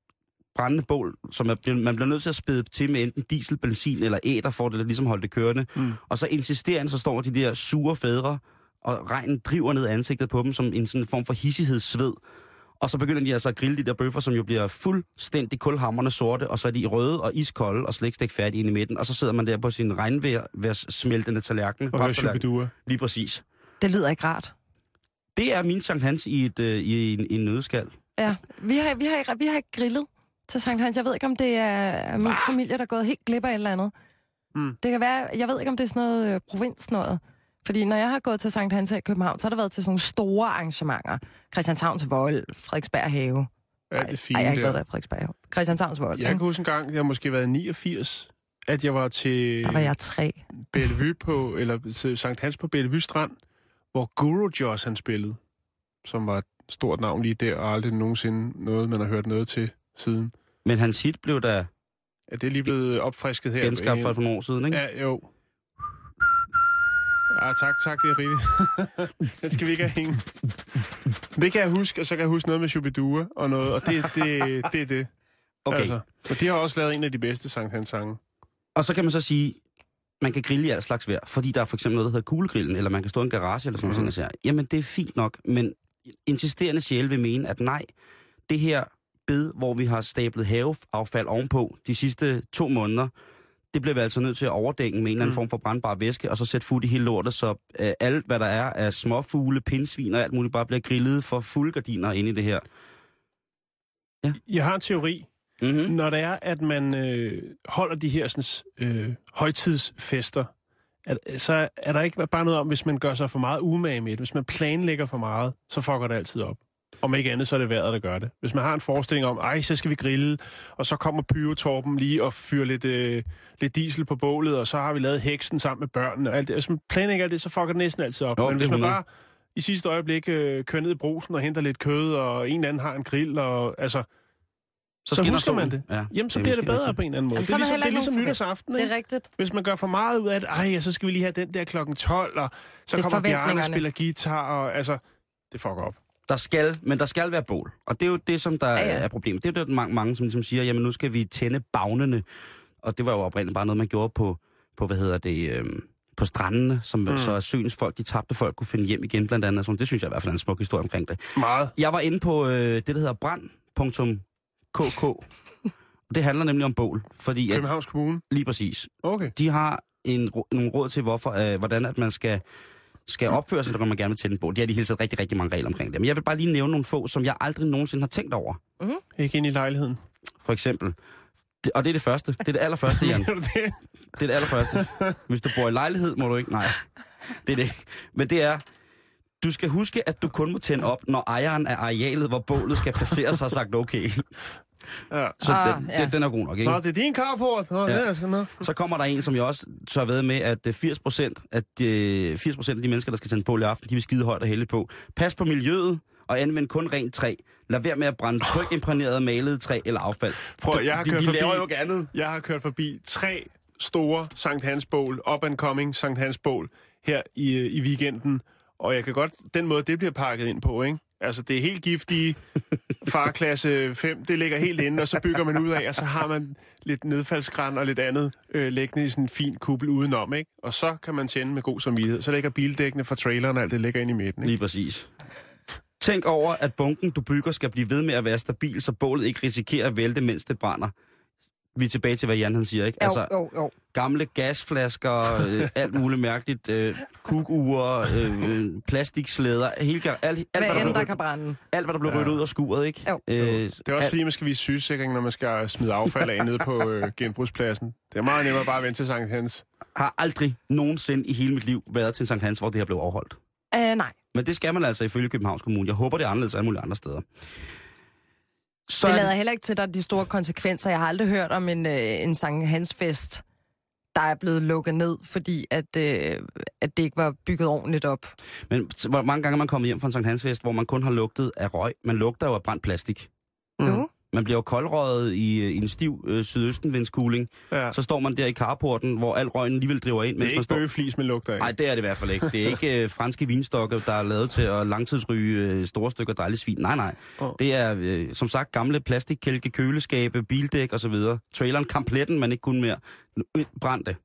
E: brændende bål, som er, blevet- man bliver nødt til at spæde til med enten diesel, benzin eller æder, for at det ligesom holde det kørende. Mm. Og så insisterende, så står de der sure fædre, og regnen driver ned i ansigtet på dem som en sådan form for hissighedssved. Og så begynder de altså at grille de der bøffer, som jo bliver fuldstændig kulhammerne sorte, og så er de røde og iskolde og slet ikke stegt færdige inde i midten. Og så sidder man der på sin regnværs smeltende tallerken.
F: Og hvad
E: paptallerken.
F: chukadua?
E: Lige præcis.
G: Det lyder ikke rart.
E: Det er min Sankt Hans i, et, øh, i en, i en nødskal.
G: Ja, vi har, vi har, ikke- vi har ikke grillet til Sankt Hans. Jeg ved ikke, om det er min familie, der er gået helt glip af et eller andet.
F: Ah. Mm.
G: Det kan være, jeg ved ikke, om det er sådan noget øh, provinsnoget. Fordi når jeg har gået til Sankt Hans her i København, så har det været til sådan nogle store arrangementer. Christianshavns Vold, Frederiksberg Have.
F: Alt det fine
G: Nej, jeg har ikke
F: der.
G: været der i Frederiksberg Have. Christianshavns Vold,
F: Jeg
G: ikke?
F: kan huske en gang, jeg har måske været 89, at jeg var til
G: Der var jeg tre.
F: Bellevue på, eller til Sankt Hans på Bellevue Strand, hvor Guru Joss han spillede, som var et stort navn lige der, og aldrig nogensinde noget, man har hørt noget til siden.
E: Men hans hit blev da
F: Er det lige blevet opfrisket her?
E: genskabt for et par år siden, ikke?
F: Ja, jo. Ja, tak, tak, det er rigtigt. Den skal vi ikke have hænge. Det kan jeg huske, og så kan jeg huske noget med Shubidua og noget, og det, det, det er det.
E: Okay.
F: Altså, og de har også lavet en af de bedste Sankt Hans sange.
E: Og så kan man så sige, man kan grille i alt slags vejr, fordi der er for eksempel noget, der hedder kuglegrillen, eller man kan stå i en garage eller sådan noget, mm. og sige, jamen det er fint nok, men insisterende sjæl vil mene, at nej, det her bed, hvor vi har stablet haveaffald ovenpå de sidste to måneder, det bliver vi altså nødt til at overdænge med en eller anden form for brandbar væske, og så sætte fut i hele lortet, så øh, alt, hvad der er af småfugle, pindsvin og alt muligt, bare bliver grillet for fulde gardiner inde i det her.
F: Jeg har en teori.
E: Mm-hmm.
F: Når det er, at man øh, holder de her sådan, øh, højtidsfester, at, så er der ikke bare noget om, hvis man gør sig for meget umage med det. Hvis man planlægger for meget, så fucker det altid op. Om ikke andet, så er det vejret, der gør det. Hvis man har en forestilling om, ej, så skal vi grille, og så kommer pyretorpen lige og fyrer lidt, øh, lidt diesel på bålet, og så har vi lavet heksen sammen med børnene og alt det. Hvis man planlægger alt det, så fucker det næsten altid op.
E: Jo,
F: Men
E: det
F: hvis
E: er
F: man
E: 100.
F: bare i sidste øjeblik øh, kører ned i brusen og henter lidt kød, og en eller anden har en grill, og altså, så
E: skinner
F: husker man
E: solen.
F: Ja, Jamen, så
E: det er
F: bliver det
E: måske
F: bedre
E: rigtigt.
F: på en eller anden måde.
G: Jamen,
F: Jamen, det
G: så er
F: er ligesom, det er
G: der heller ikke
F: ligesom
G: nogen
F: nytårsaften,
G: Det
F: ikke?
G: er rigtigt.
F: Hvis man gør for meget ud af, at ej, ja, så skal vi lige have den der klokken 12, og så
G: Det er
F: kommer Bjarne og
G: forventningerne.
F: spiller guitar, og altså, det fucker op.
E: Der skal, men der skal være bål. Og det er jo det, som der ja,
G: ja.
E: ja. er problemet. Det er jo det, mange, mange som ligesom siger, jamen nu skal vi tænde bagnene. Og det var jo oprindeligt bare noget, man gjorde på, på hvad hedder det, øhm, på strandene, som mm. så at søens folk, de tabte folk, kunne finde hjem igen blandt andet. og Sådan. Det synes jeg i hvert fald er en smuk historie omkring det.
F: Meget.
E: Jeg var inde på øh, det, der hedder brand.kk. Og det handler nemlig om bål, fordi at,
F: Københavns Kommune.
E: lige præcis,
F: Okay.
E: de har en, rå- nogle råd til, hvorfor, øh, hvordan at man skal, skal opføre sig, når man gerne vil tænde en bål. De har de hilset rigtig, rigtig mange regler omkring det. Men jeg vil bare lige nævne nogle få, som jeg aldrig nogensinde har tænkt over.
F: Ikke ind i lejligheden.
E: For eksempel. Det, og det er det første. Det er det allerførste, Jan.
F: Ved du det?
E: Det er det allerførste. Hvis du bor i lejlighed, må du ikke. Nej, det er det. ikke. Men det er, du skal huske, at du kun må tænde op, når ejeren af arealet, hvor bålet skal placeres, har sagt okay.
F: Ja.
E: Så
G: Ah,
E: den,
G: ja.
E: den, den er god nok, ikke?
F: Nå, det er din carport. Nå, ja.
E: Ja.
F: det er altså sgu nå.
E: Så kommer der en, som jeg også tør ved med, at øh, 80 procent af, de, 80 af de mennesker, der skal tænde på i aften, de vil skide højt og hælde på. Pas på miljøet, og anvend kun rent træ. Lad være med at brænde trykimprægneret malet træ eller affald.
F: Prøv, jeg har
E: de,
F: kørt
E: de
F: forbi-
E: laver jo ikke andet.
F: Jeg har kørt forbi tre store Sankt Hans Bål, up and coming Sankt Hans Bål, her i, øh, i weekenden. Og jeg kan godt, den måde det bliver pakket ind på, ikke? Altså, det er helt giftige, farklasse 5, det ligger helt inde, og så bygger man ud af, og så har man lidt nedfaldsgræn og lidt andet øh, liggende i sådan en fin kuppel udenom, ikke? Og så kan man tænde med god samvittighed. Så ligger bildækkene fra traileren, og alt det ligger ind i midten, ikke?
E: Lige præcis. Tænk over, at bunken, du bygger, skal blive ved med at være stabil, så bålet ikke risikerer at vælte, mens det brænder. Vi er tilbage til, hvad Jan han siger, ikke? Altså,
F: Altså,
G: Jo, jo, jo.
E: gamle gasflasker, øh, alt muligt mærkeligt, øh, kugure, øh, øh, plastikslæder, helt, alt, alt, alt, hvad
G: Hvad
E: der
G: end
E: blev
G: der
E: ryddet-
G: kan brænde.
E: alt, hvad der blev ryddet ud af skuret, ikke?
G: Jo.
E: Øh,
F: Det er også
E: alt,
F: fordi, man skal vise sygesikring, når man skal smide affald af nede på øh, genbrugspladsen. Det er meget nemmere bare at vente til Sankt Hans.
E: har aldrig nogensinde i hele mit liv været til Sankt Hans, hvor det her blev afholdt.
G: Uh, nej.
E: Men det skal man altså ifølge Københavns Kommune. Jeg håber, det er anderledes alle mulige andre steder. Så
G: det
E: er
G: lader heller ikke til dig de store konsekvenser. Jeg har aldrig hørt om en, øh, en Sankt Hans fest, der er blevet lukket ned, fordi at, øh, at det ikke var bygget ordentligt op.
E: Men t- hvor mange gange er man kommet hjem fra en Sankt Hansfest, hvor man kun har lugtet af røg? Man lugter jo af brændt plastik.
G: Mm. Jo.
E: Man bliver jo koldrøget i, øh, i en stiv øh, sydøstenvindskugling.
F: Ja.
E: Så står man der i carporten, hvor al røgen alligevel driver ind,
F: Det er
E: mens man
F: ikke
E: står...
F: bøgeflis, men lugter af.
E: Nej, det er det i hvert fald ikke. Det er ikke øh, franske vinstokke, der er lavet til at langtidsryge øh, store stykker dejligt svin. Nej, nej.
F: Åh.
E: Det er øh, som sagt gamle plastikkælke, køleskabe, bildæk osv. Traileren, kampletten, man ikke kunne mere. Øh, Brændte.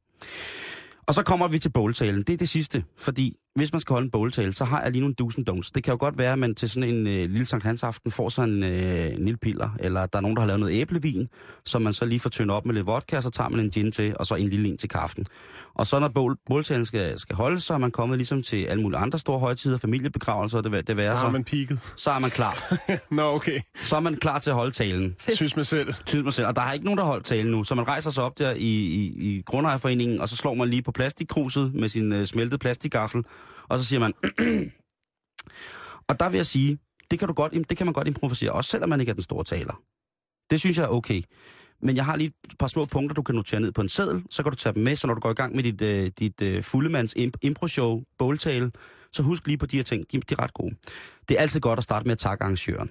E: Og så kommer vi til bowltalen. Det er det sidste, fordi hvis man skal holde en bowltale, så har jeg lige nogle do's and don'ts. Det kan jo godt være, at man til sådan en øh, lille Sankt Hans aften får sig en, øh, en lille piller, eller der er nogen, der har lavet noget æblevin, som man så lige får tyndet op med lidt vodka, og så tager man en gin til, og så en lille en til kaften. Og så når bowl- bowltalen skal, skal holdes, så er man kommet ligesom til alle mulige andre store højtider, familiebegravelser, og det, væ- det
F: Så
E: være
F: har
E: så.
F: man peaked.
E: Så er man klar.
F: Nå, okay.
E: Så er man klar til at holde talen.
F: Synes man selv.
E: Synes mig selv. Og der er ikke nogen, der har holdt tale nu. Så man rejser sig op der i, i, i grundejerforeningen, og så slår man lige på plastikkruset med sin øh, smeltede plastikgaffel, og så siger man... og der vil jeg sige, det kan, du godt, im- det kan man godt improvisere, også selvom man ikke er den store taler. Det synes jeg er okay. Men jeg har lige et par små punkter, du kan notere ned på en seddel, så kan du tage dem med, så når du går i gang med dit, øh, dit øh, fuldemands imp- impro-show, bowltale, så husk lige på de her ting, de, de er ret gode. Det er altid godt at starte med at takke arrangøren.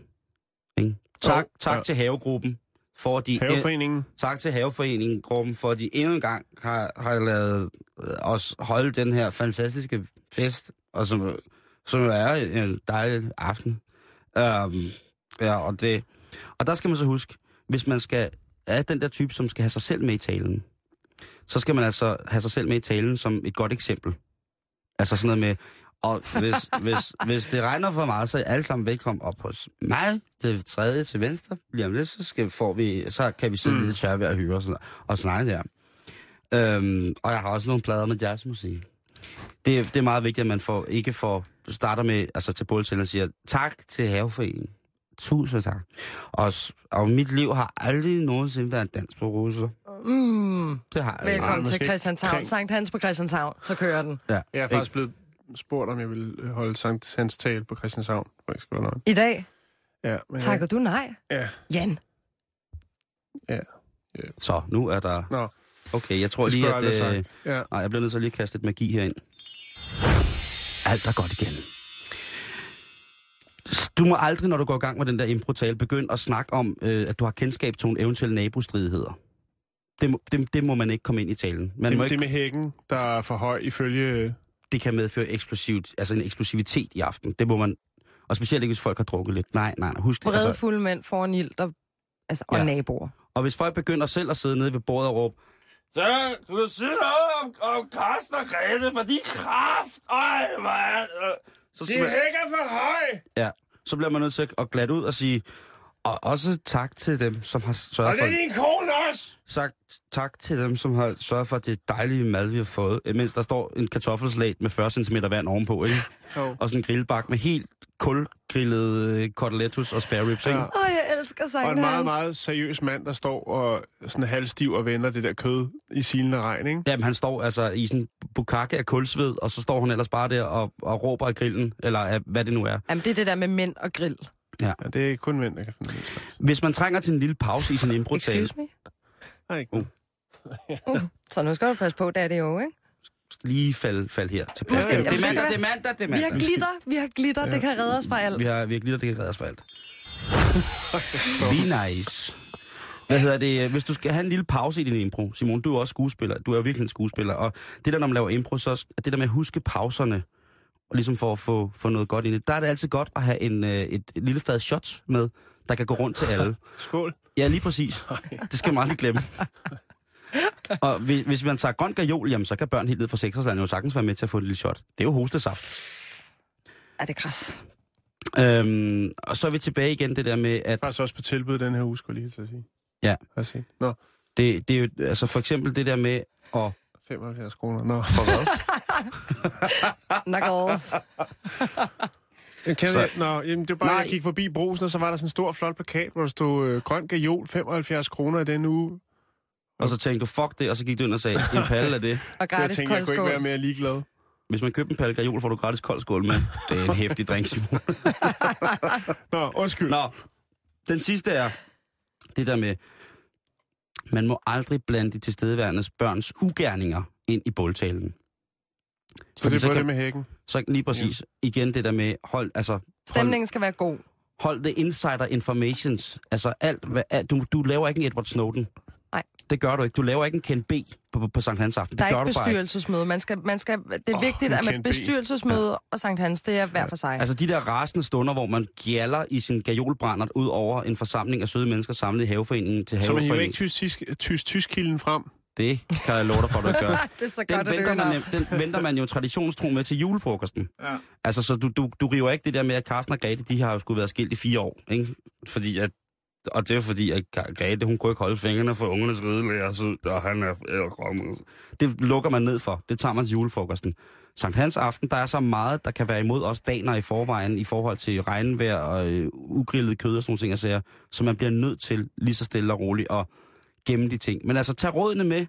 E: Ikke? Tak,
F: Jo,
E: tak
F: ja.
E: til havegruppen, for de, øh,
F: Haveforeningen.
E: tak til Haveforeningen, gruppen, for at de endnu en gang har, har lavet øh, os holde den her fantastiske fest, og som, som jo er en dejlig aften. Um, ja, og, det, og der skal man så huske, hvis man skal er den der type, som skal have sig selv med i talen, så skal man altså have sig selv med i talen som et godt eksempel. Altså sådan noget med, og hvis, hvis, hvis det regner for meget, så er I alle sammen velkommen op hos mig, det tredje til venstre. Lige om lidt, så, skal, får vi, så kan vi sidde mm. lidt tørre ved at høre og, sådan, og snakke der. Øhm, og jeg har også nogle plader med jazzmusik. Det, er- det er meget vigtigt, at man får, ikke får, starter med, altså til båltælleren og siger, tak til haveforeningen. Tusind tak. Og, s- og mit liv har aldrig nogensinde været en dans på russer.
G: Mm.
E: Det har jeg ikke.
G: Velkommen
F: måske
G: til Christianshavn.
F: kring-
G: Sankt Hans på Christianshavn. Så kører den.
F: Jeg er faktisk blevet spurgt, om jeg ville holde Sankt Hans tale på Christianshavn. Hvor jeg skal være nøgen.
G: I dag
F: Ja, Altså- men
G: takker du nej.
F: Ja,
G: Jan,
E: Så, nu er der...
F: nå.
E: Okay, jeg tror
F: Det skulle
E: lige,
F: jeg
E: at...
F: aldrig have
E: Øh,
F: sagt. Ja.
E: Nej, jeg bliver nødt til at lige kaste lidt magi herind. Alt er godt igen. Du må aldrig, når du går i gang med den der improtale, begynde at snakke om, øh, at du har kendskab til nogle eventuelle nabostridigheder. Det må, det, det må man ikke komme ind i talen. Man det, må
F: Det, det
E: ikke,
F: med hækken, der er for høj ifølge... øh,
E: det kan medføre eksplosivt, altså en eksplosivitet i aften. Det må man... Og specielt ikke, hvis folk har drukket lidt. Nej, nej, nej. Husk det.
G: brede
E: Altså,
G: fulde mænd foran ild der, altså, og
E: Ja.
G: naboer.
E: og hvis folk begynder selv at sidde nede ved bordet og råbe, så kan du sige noget om, om Karsten og Grete, for de kraft, øj, hvor er det- øh, så skal man-
F: hækker for høj!
E: Ja, så bliver man nødt til at glatte ud og sige, og også tak til dem, som har sørget for,
F: din kone også!
E: sagt, tak til dem, som har sørget for det dejlige mad, vi har fået. Øh, Mens der står en kartoffelslat med 40 cm vand ovenpå, ikke?
F: Jo.
E: Og sådan en grillbak med helt kulgrillet øh, cordalettus og spare ribs, ikke?
F: Ja.
G: Åh, jeg elsker Sankt
F: Og en
G: Hans.
F: meget, meget seriøs mand, der står og sådan halvstiv og vender det der kød i silende regn, ikke?
E: Jamen, han står altså i sådan en bukakke af kulsved, og så står han ellers bare der og, og råber af grillen, eller af, hvad det nu er.
G: Jamen, det er det der med mænd og grill.
F: Ja, det er kun mænd, der kan finde det.
E: Hvis man trænger til en lille pause i sin improtale,
G: Excuse me. Uh,
F: Nej, ikke.
E: Uh.
G: Så nu skal du passe på, der er det jo, ikke?
E: lige fald, fald her til plads.
F: Måske-
E: Det er
F: måske-
E: mandag, det er mandag, det er
G: Vi
E: mandag.
G: har glitter, vi har glitter,
F: altså- Ja.
G: det kan redde os fra alt.
E: Vi har virkelig lidt, det kan redde os for alt. Be nice. Hvad hedder det? Hvis du skal have en lille pause i din impro, Simon, du er også skuespiller. Du er jo virkelig en skuespiller. Og det der, når man laver impro, så er det der med at huske pauserne, og ligesom for at få, få noget godt ind i det. Der er det altid godt at have en, øh, et, et lille fad shots med, der kan gå rundt til alle.
F: Skål.
E: Ja, lige præcis. Det skal man aldrig glemme. Og hvis, hvis man tager grøn gajol, jamen, så kan børn helt ned fra 6 jo sagtens være med til at få en lille shot. Det er jo hostesaft.
G: Er det græs?
E: Øhm, og så er vi tilbage igen det der med, at
F: Faktisk også på tilbud den her uge, skulle jeg lige til at sige.
E: Ja.
F: Har jeg set. Nå,
E: Det, det er jo, altså for eksempel det der med at...
F: 75 kroner. Nå, for hvad?
G: Knuckles.
F: Kan
E: Så-
F: jeg, nå, jamen, det var bare,
E: Nej.
F: Nej. jeg gik forbi brusen, og så var der sådan en stor, flot plakat, hvor der stod øh, grøn gajol, 75 kroner i den uge.
E: Og så tænkte du, fuck det, og så gik du ind og sagde, en palle af det.
G: Og
F: Jeg
G: gratis
F: tænkte, jeg kunne ikke være
G: koldskål.
F: mere ligeglad.
E: Hvis man køber en palle gajol, får du gratis kold skål med. Det er en hæftig drink, Simon.
F: Nå, undskyld.
E: Nå, Den sidste er det der med, man må aldrig blande de tilstedeværendes børns ugerninger ind i båltalen.
F: Så det
E: så
F: er på det
E: kan-
F: med hækken.
E: Så lige præcis, igen det der med, hold, altså, hold,
G: Stemningen skal være god.
E: hold the insider informations. Altså alt, hvad, alt du, du laver ikke en Edward Snowden.
G: Nej.
E: Det gør du ikke. Du laver ikke en Ken B. på, på, på Sankt Hans Aften.
G: Der er
E: det gør
G: ikke
E: du bare ikke.
G: bestyrelsesmøde. Man skal, man skal, det er
F: Åh,
G: oh, vigtigt,
F: nu
G: at
F: kan
G: man
F: B.
G: bestyrelsesmøde ja. og Sankt Hans, det er hver for sig.
E: Altså de der rasende stunder, hvor man gjaller i sin gajolbrændert ud over en forsamling af søde mennesker samlet i haveforeningen til
F: Så man hiver ikke
E: haveforeningen.
F: tysk-tysk-kilden frem.
E: Det kan jeg love dig for, at du ikke gør.
G: det er så
E: Den,
G: godt, at det
E: venter man,
G: er
E: nem- den venter man jo traditionstro med til julefrokosten.
F: Ja.
E: Altså, så du, du, du river ikke det der med, at Carsten og Grete, de har jo skulle været skilt i fire år, ikke? Fordi at, og det er jo fordi, at Gra- Grete, hun kunne ikke holde fingrene for ungernes ridelærer, så og han er æderkommet. Det lukker man ned for. Det tager man til julefrokosten. Sankt Hans aften, der er så meget, der kan være imod os daner i forvejen i forhold til regnvejr og øh, ugrillet kød og sådan nogle ting, og sager, så man bliver nødt til lige så stille og roligt at gemme de ting. Men altså, tag rådene med,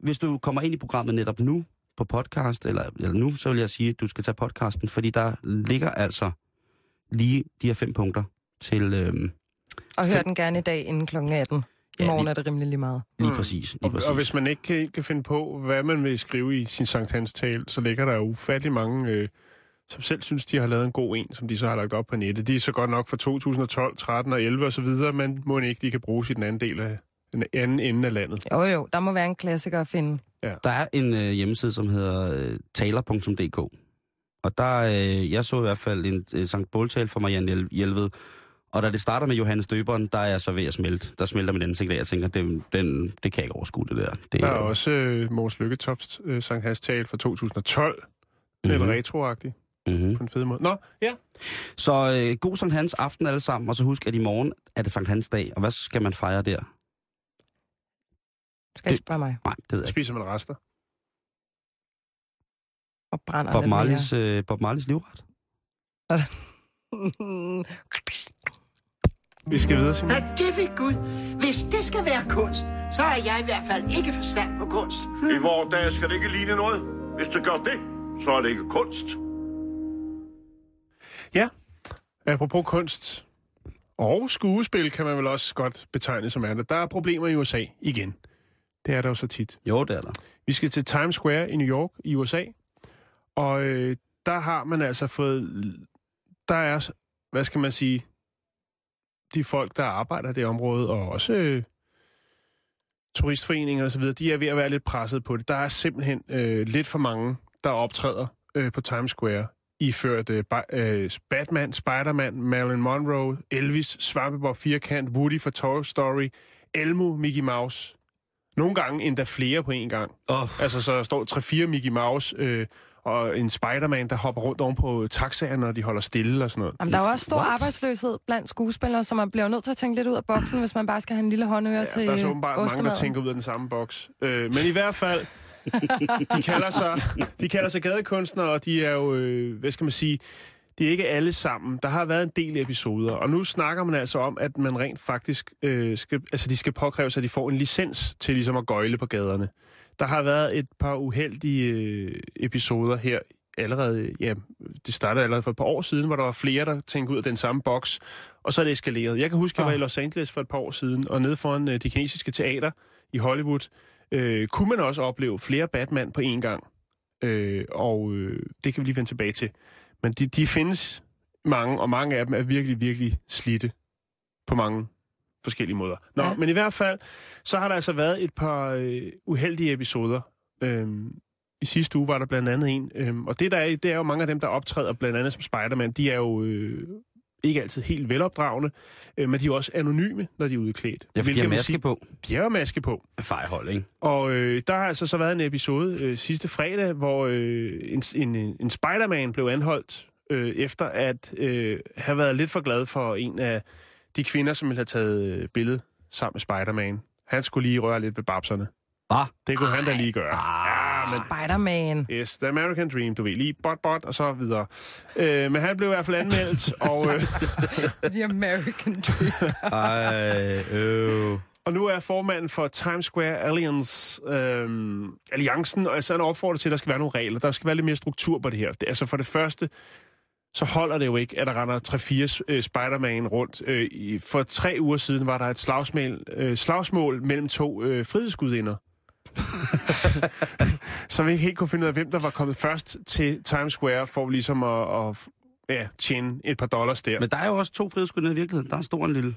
E: hvis du kommer ind i programmet netop nu på podcast, eller, eller nu, så vil jeg sige, at du skal tage podcasten, fordi der ligger altså lige de her fem punkter til øhm,
G: Og hør den gerne i dag inden kl. 18. I
E: Ja,
G: morgen
E: lige-
G: er det rimelig lige meget.
E: lige
F: Mm.
E: præcis. Lige
F: Og,
E: præcis.
F: og hvis man ikke kan, kan finde på, hvad man vil skrive i sin Sankt Hans tale, så ligger der jo ufattelig mange, øh, som selv synes, de har lavet en god en, som de så har lagt op på nettet. De er så godt nok fra 2012, 13 og 11 og så videre, men må ikke, de kan bruges i den anden del af den anden ende af landet.
G: Jo jo, der må være en klassiker at finde.
E: Der er en øh, hjemmeside, som hedder øh, taler.dk. Og der, øh, jeg så i hvert fald en øh, Sankt Båltal fra Marianne Hjel- Hjelved. Og da det starter med Johannes Døberen, der er jeg så ved at smelte. Der smelter mit ansigt af. Jeg tænker, det, den, det kan jeg ikke overskue, det der. Det,
F: Der er også øh, Mås Lykketofts øh, Sankt Hans tale fra 2012, mm-hmm.
E: Mhm.
F: lidt retroagtig
E: Mm-hmm.
F: på en fed måde. Nå, ja.
E: Så øh, god Sankt Hans aften alle sammen, og så husk, at i morgen er det Sankt Hans dag, og hvad skal man fejre der?
G: Du skal ikke
E: Det-
G: spørge mig.
E: Nej, det ved jeg ikke.
F: Spiser man rester?
G: Og brænder
E: Bob
G: lidt mere.
E: Marleys, øh, Bob Marleys livret.
F: Vi skal videre, Simon.
H: Nej, det ved Gud. Hvis det skal være kunst, så er jeg i hvert fald ikke forstand på kunst.
I: I vores dag skal det ikke ligne noget. Hvis det gør det, så er det ikke kunst.
F: Apropos kunst og skuespil, kan man vel også godt betegne som andet. Der er problemer i USA igen. Det er der jo så tit.
E: Jo, det er der.
F: Vi skal til Times Square i New York i USA, og øh, der har man altså fået... Der er, hvad skal man sige, de folk, der arbejder i det område, og også øh, turistforeninger osv., de er ved at være lidt presset på det. Der er simpelthen øh, lidt for mange, der optræder øh, på Times Square, iført øh, ba- øh, Batman, Spider-Man, Marilyn Monroe, Elvis, Svampebob Firkant, Woody fra Toy Story, Elmo, Mickey Mouse. Nogle gange endda flere på én gang.
E: Oh.
F: Altså, så der står 3-4 Mickey Mouse øh, og en Spider-Man, der hopper rundt ovenpå taxaer, når de holder stille og sådan noget.
G: Jamen, der er jo også stor
E: What?
G: What? arbejdsløshed blandt skuespillere, så man bliver jo nødt til at tænke lidt ud af boksen, hvis man bare skal have en lille håndøre
F: Ja,
G: til
F: der er så åbenbart mange, der
G: ostemaden.
F: tænker ud af den samme boks. Øh, men i hvert fald, de kalder sig, de kalder sig gadekunstnere, og de er jo, øh, hvad skal man sige, de er ikke alle sammen. Der har været en del episoder, og nu snakker man altså om, at man rent faktisk øh, skal, altså de skal påkræve sig, at de får en licens til ligesom at gøjle på gaderne. Der har været et par uheldige øh, episoder her allerede, ja, det startede allerede for et par år siden, hvor der var flere, der tænkte ud af den samme boks, og så er det eskaleret. Jeg kan huske, jeg var i Los Angeles for et par år siden, og nede foran øh, det kinesiske teater i Hollywood, øh, kunne man også opleve flere Batman på én gang. Øh, og øh, det kan vi lige vende tilbage til. Men de, de findes mange, og mange af dem er virkelig, virkelig slitte på mange forskellige måder. Nå, ja.
G: Ja.
F: men i hvert fald, så har der altså været et par øh, uheldige episoder. Øhm, I sidste uge var der blandt andet en, øhm, og det der er, i- det er jo mange af dem, der optræder blandt andet som Spider-Man, de er jo øh, ikke altid helt velopdragende, øh, men de er jo også anonyme, når de er udklædt.
E: Jeg fik
F: Hvilket
E: en
F: man
E: maske
F: siger-
E: på.
F: De har jo maske på.
E: Fejhold, ikke?
F: Og øh, der har altså så været en episode øh, sidste fredag, hvor øh, en, en, en Spider-Man blev anholdt, øh, efter at øh, have været lidt for glad for en af de kvinder, som ville have taget øh, billede sammen med Spider-Man. Han skulle lige røre lidt ved babserne.
E: Hva?
F: Det kunne han da lige gøre. Ja, men
G: Spider-Man.
F: Yes, The American Dream, du ved lige, bot, bot, og så videre. Øh, men han blev i hvert fald anmeldt, og, øh,
G: The American Dream.
E: Ej, øh.
F: og nu er formanden for Times Square Alliance, øh, Alliancen, og altså han opfordrer til, at der skal være nogle regler. Der skal være lidt mere struktur på det her. Det, altså for det første, så holder det jo ikke, at der render 3-4 øh, Spider-Man rundt. Øh, i- For tre uger siden var der et slagsmål, øh, slagsmål mellem to øh, frihedsgudinder. så vi ikke helt kunne finde ud af, hvem der var kommet først til Times Square, for ligesom at, at ja, tjene et par dollars der.
E: Men der er jo også to frihedsgudinder i virkeligheden. Der er en stor og en lille.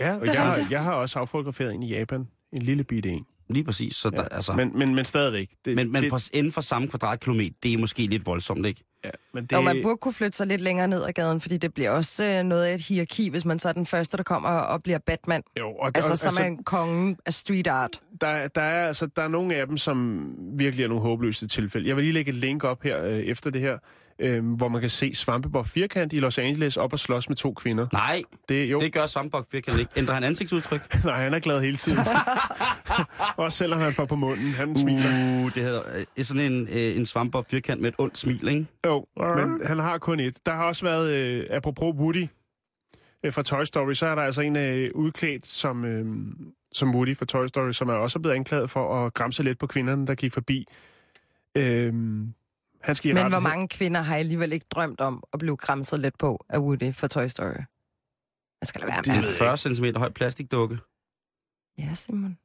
F: ja, og
G: Det er
F: jeg, har,
G: rigtigt.
F: jeg har også affotograferet en i Japan. En lille bitte en.
E: Lige præcis. Så
F: Ja.
E: der, altså, men,
F: Men, men, men stadigvæk. Det,
E: men, men
F: det,
E: på, inden for samme kvadratkilometer, det er måske lidt voldsomt, ikke?
F: ja, men det,
G: Og man burde kunne flytte sig lidt længere ned ad gaden, fordi det bliver også øh, noget af et hierarki, hvis man så er den første, der kommer og bliver Batman.
F: jo, og,
G: Altså,
F: og,
G: som altså, er en konge af street art.
F: der, der, er, altså, der er nogle af dem, som virkelig er nogle håbløse tilfælde. Jeg vil lige lægge et link op her øh, efter det her, øh, hvor man kan se Svampebob Firkant i Los Angeles op og slås med to kvinder.
E: Nej,
F: Det, jo,
E: det
F: det...
E: gør Svampbok firkant ikke. Ændrer han ansigtsudtryk?
F: nej, han er glad hele tiden. Også selvom han får på munden. Han smiler.
E: Uh, det hedder øh, sådan en, øh, en Svampbok firkant med et ondt smil, ikke?
F: Jo, men han har kun et. Der har også været, øh, apropos Woody øh, fra Toy Story, så er der altså en øh, udklædt som, øh, som Woody fra Toy Story, som er også blevet anklaget for at gramse lidt på kvinderne, der gik forbi. Øh, han skal i
G: Men
F: retten
G: hvor
F: her.
G: mange kvinder har alligevel ikke drømt om at blive kramset lidt på af Woody for Toy Story? Man skal lade være
E: Det er
G: med.
E: en 40 cm høj plastikdukke.
G: Ja, Simon.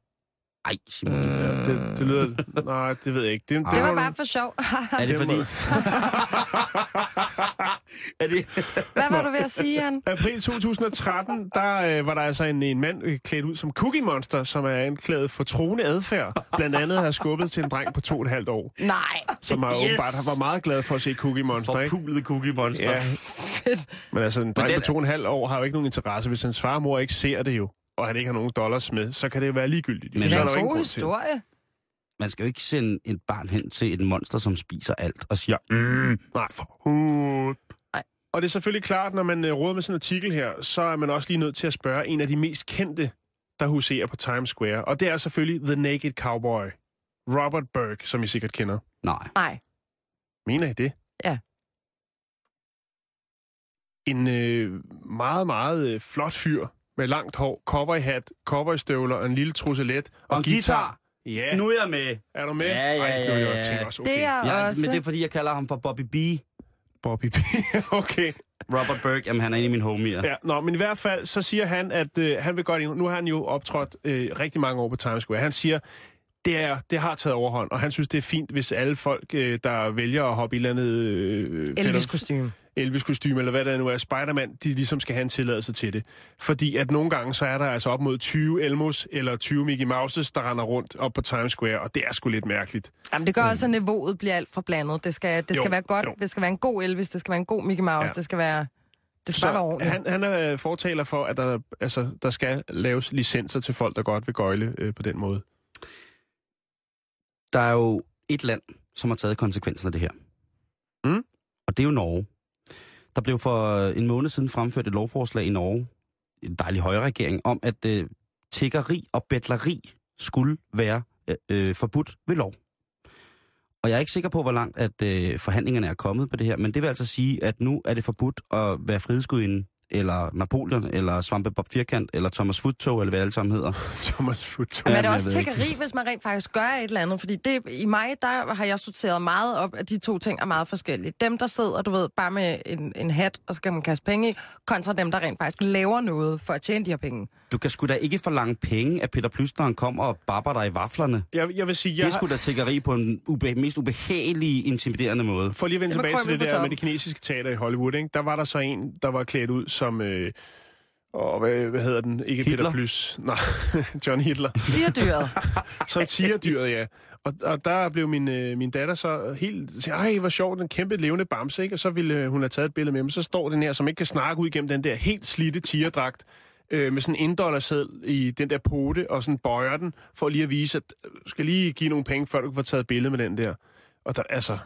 E: Ej, Simon. det-
F: Ja, det, det lyder... Nej, det ved jeg ikke. Det, det,
G: Det
F: må
G: var
F: du-
G: bare for sjov.
E: Er det
F: Det
E: fordi...
F: må-
E: er det...
G: Hvad var du ved at sige, Jan?
F: April 2013, der øh, var der altså en, en mand øh, klædt ud som Cookie Monster, som er anklaget for troende adfærd. Blandt andet har skubbet til en dreng på to og et halvt år,
G: Nej.
F: som har yes. åbenbart var meget glad for at se Cookie Monster, ikke?
E: Forpulet cookie monster.
F: Ja. Men altså, en dreng
E: den
F: på to og en halv år har jo ikke nogen interesse. Hvis hans far og mor ikke ser det jo, og han ikke har nogen dollars med, så kan det jo være ligegyldigt.
E: Men
F: så
G: Det er
F: der jo
G: en
F: ingen
G: god
F: grund til det.
G: historie.
E: Man skal jo ikke sende et barn hen til et monster, som spiser alt og siger...
F: Mm, nej. Uh.
G: Nej.
F: Og det er selvfølgelig klart, når man øh, råder med sådan en artikel her, så er man også lige nødt til at spørge en af de mest kendte, der huserer på Times Square. Og det er selvfølgelig The Naked Cowboy. Robert Burke, som I sikkert kender.
E: Nej.
G: Nej.
F: Mener I det?
G: Ja.
F: En øh, meget, meget øh, flot fyr med langt hår, cowboyhat, cowboystøvler og en lille trusselet. Og,
E: Og guitar.
F: Ja,
E: Nu er jeg med.
F: er du med?
E: Ja, ja,
F: Ej, nu er
E: ja,
F: jeg
E: ja.
F: tænker også, okay.
G: Det er
E: Ja,
G: også...
E: men det er fordi, jeg kalder ham for Bobby B.
F: Bobby B. okay.
E: Robert Burke, jamen han er en af mine homier.
F: Ja, nå, men i hvert fald, så siger han, at øh, han vil godt ind. Nu har han jo optrådt øh, rigtig mange år på Times Square. Han siger, det, er, det har taget overhånd, og han synes, det er fint, hvis alle folk, øh, der vælger at hoppe i et eller andet... Øh,
G: Elvis kostume.
F: Elvis kostume eller hvad der nu er, Spider-Man, de ligesom skal have en tilladelse til det. Fordi at nogle gange, så er der altså op mod 20 Elmos eller 20 Mickey Mouses, der render rundt op på Times Square, og det er sgu lidt mærkeligt.
G: Jamen, det gør også, at niveauet bliver alt for blandet. Det skal, det skal
F: Jo,
G: være godt.
F: jo.
G: Det skal være en god Elvis. Det skal være en god Mickey Mouse.
F: Ja.
G: Det skal være... Det skal bare være
F: Så
G: ordentligt.
F: han, han er øh, fortaler for, at der, altså, der skal laves licenser til folk, der godt vil gøjle øh, på den måde.
E: Der er jo et land, som har taget konsekvensen af det her.
F: Mm.
E: Og det er jo Norge. Der blev for øh, en måned siden fremført et lovforslag i Norge, en dejlig højre regering, om at øh, tiggeri og betleri skulle være øh, øh, forbudt ved lov. Og jeg er ikke sikker på, hvor langt at øh, forhandlingerne er kommet på det her, men det vil altså sige, at nu er det forbudt at være frihedsgudinde, eller Napoleon, eller Svampe Bob Firkant, eller Thomas Futtog, eller hvad alle sammen hedder.
F: Thomas Futo.
G: Men er
E: Jamen,
G: det
E: jeg
G: også
E: ved ikke.
G: tækkeri, hvis man rent faktisk gør et eller andet? Fordi det, i mig, der har jeg sorteret meget op, at de to ting er meget forskellige. Dem, der sidder, du ved, bare med en, en hat, og så kan man kaste penge i, kontra dem, der rent faktisk laver noget for at tjene de her penge.
E: Du kan sgu da ikke forlange penge, at Peter Plysteren kommer og barber dig i vaflerne.
F: Jeg, jeg vil sige,
E: Jeg
F: jeg
E: det skulle da tiggeri på en ube- mest ubehagelige, intimiderende måde.
F: for lige at vende
G: Det var
F: tilbage til
G: krømmel
F: det
G: på
F: der med
G: toppen.
F: det kinesiske teater i Hollywood, ikke? der var der så en, der var klædt ud som... Øh, og hvad, hvad hedder den? Ikke
E: Hitler.
F: Peter Plys. Nej, John Hitler.
G: Tierdyret.
F: Som tigerdyret, ja. Og, og der blev min, øh, min datter så helt... Ej, hvor sjovt, den kæmpe levende bamse, ikke? Og så ville øh, hun have taget et billede med, men så står den her, som ikke kan snakke ud igennem den der helt slidte tigerdragt, øh, med sådan en inddollerseddel i den der pote, og sådan bøjer den, for lige at vise, at øh, du skal lige give nogle penge, før du kan få taget et billede med den der. Og der, altså,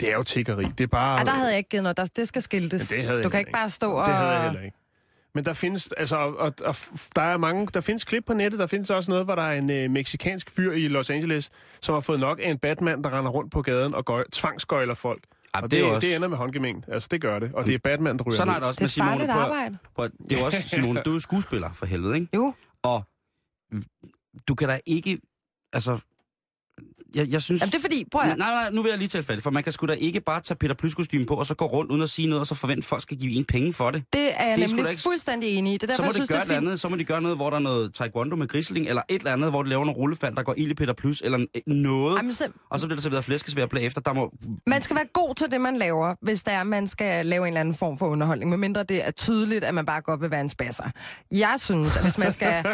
F: det er jo tiggeri. Det er bare...
G: Ej, der havde jeg ikke givet noget. Der, det skal skiltes.
F: Jamen, det havde jeg
G: du kan
F: heller
G: ikke bare stå og...
F: Det havde jeg heller ikke. Men der findes, altså, og, og, og f- der er mange, der findes klip på nettet, der findes også noget, hvor der er en øh, meksikansk fyr i Los Angeles, som har fået nok af en Batman, der render rundt på gaden og gøj, tvangsgøjler folk.
E: Ej,
F: og
E: det
F: det,
E: er
F: det,
E: også-
F: det ender med håndgemængd. Altså, det gør det. Og det er Batman, der ryger
E: Sådan er
F: ned.
E: det også
G: Det er
E: med
G: et
E: Simone.
G: farligt
E: Prøv at-
G: arbejde.
E: prøv at- Det er jo også, Simone, du er jo skuespiller for helvede, ikke?
G: Jo.
E: Og du kan da ikke, altså, jeg, jeg synes...
G: Jamen, det er fordi, prøv at
E: Nej,
G: høre.
E: nej, nej, nu vil jeg lige tale fat, for man kan sgu da ikke bare tage Peter Plys kostume på, og så gå rundt uden at sige noget, og så forvente, at folk skal give en penge for det.
G: Det er jeg
E: Det er sgu
G: nemlig
E: da ikke-
G: fuldstændig enig i. Det er derfor,
E: så må
G: jeg
E: de
G: synes,
E: gøre
G: det
E: et
G: er fint.
E: andet, så må de gøre noget, hvor der er noget taekwondo med grisling, eller et eller andet, hvor de laver nogle rullefald, der går ild i Peter Plus, eller noget,
G: Jamen, så,
E: og så bliver der serveret flæskesvær bagefter. Der må...
G: man skal være god til det, man laver, hvis der er, man skal lave en eller anden form for underholdning, medmindre det er tydeligt, at man bare godt vil være en spasser. Jeg synes, at hvis man skal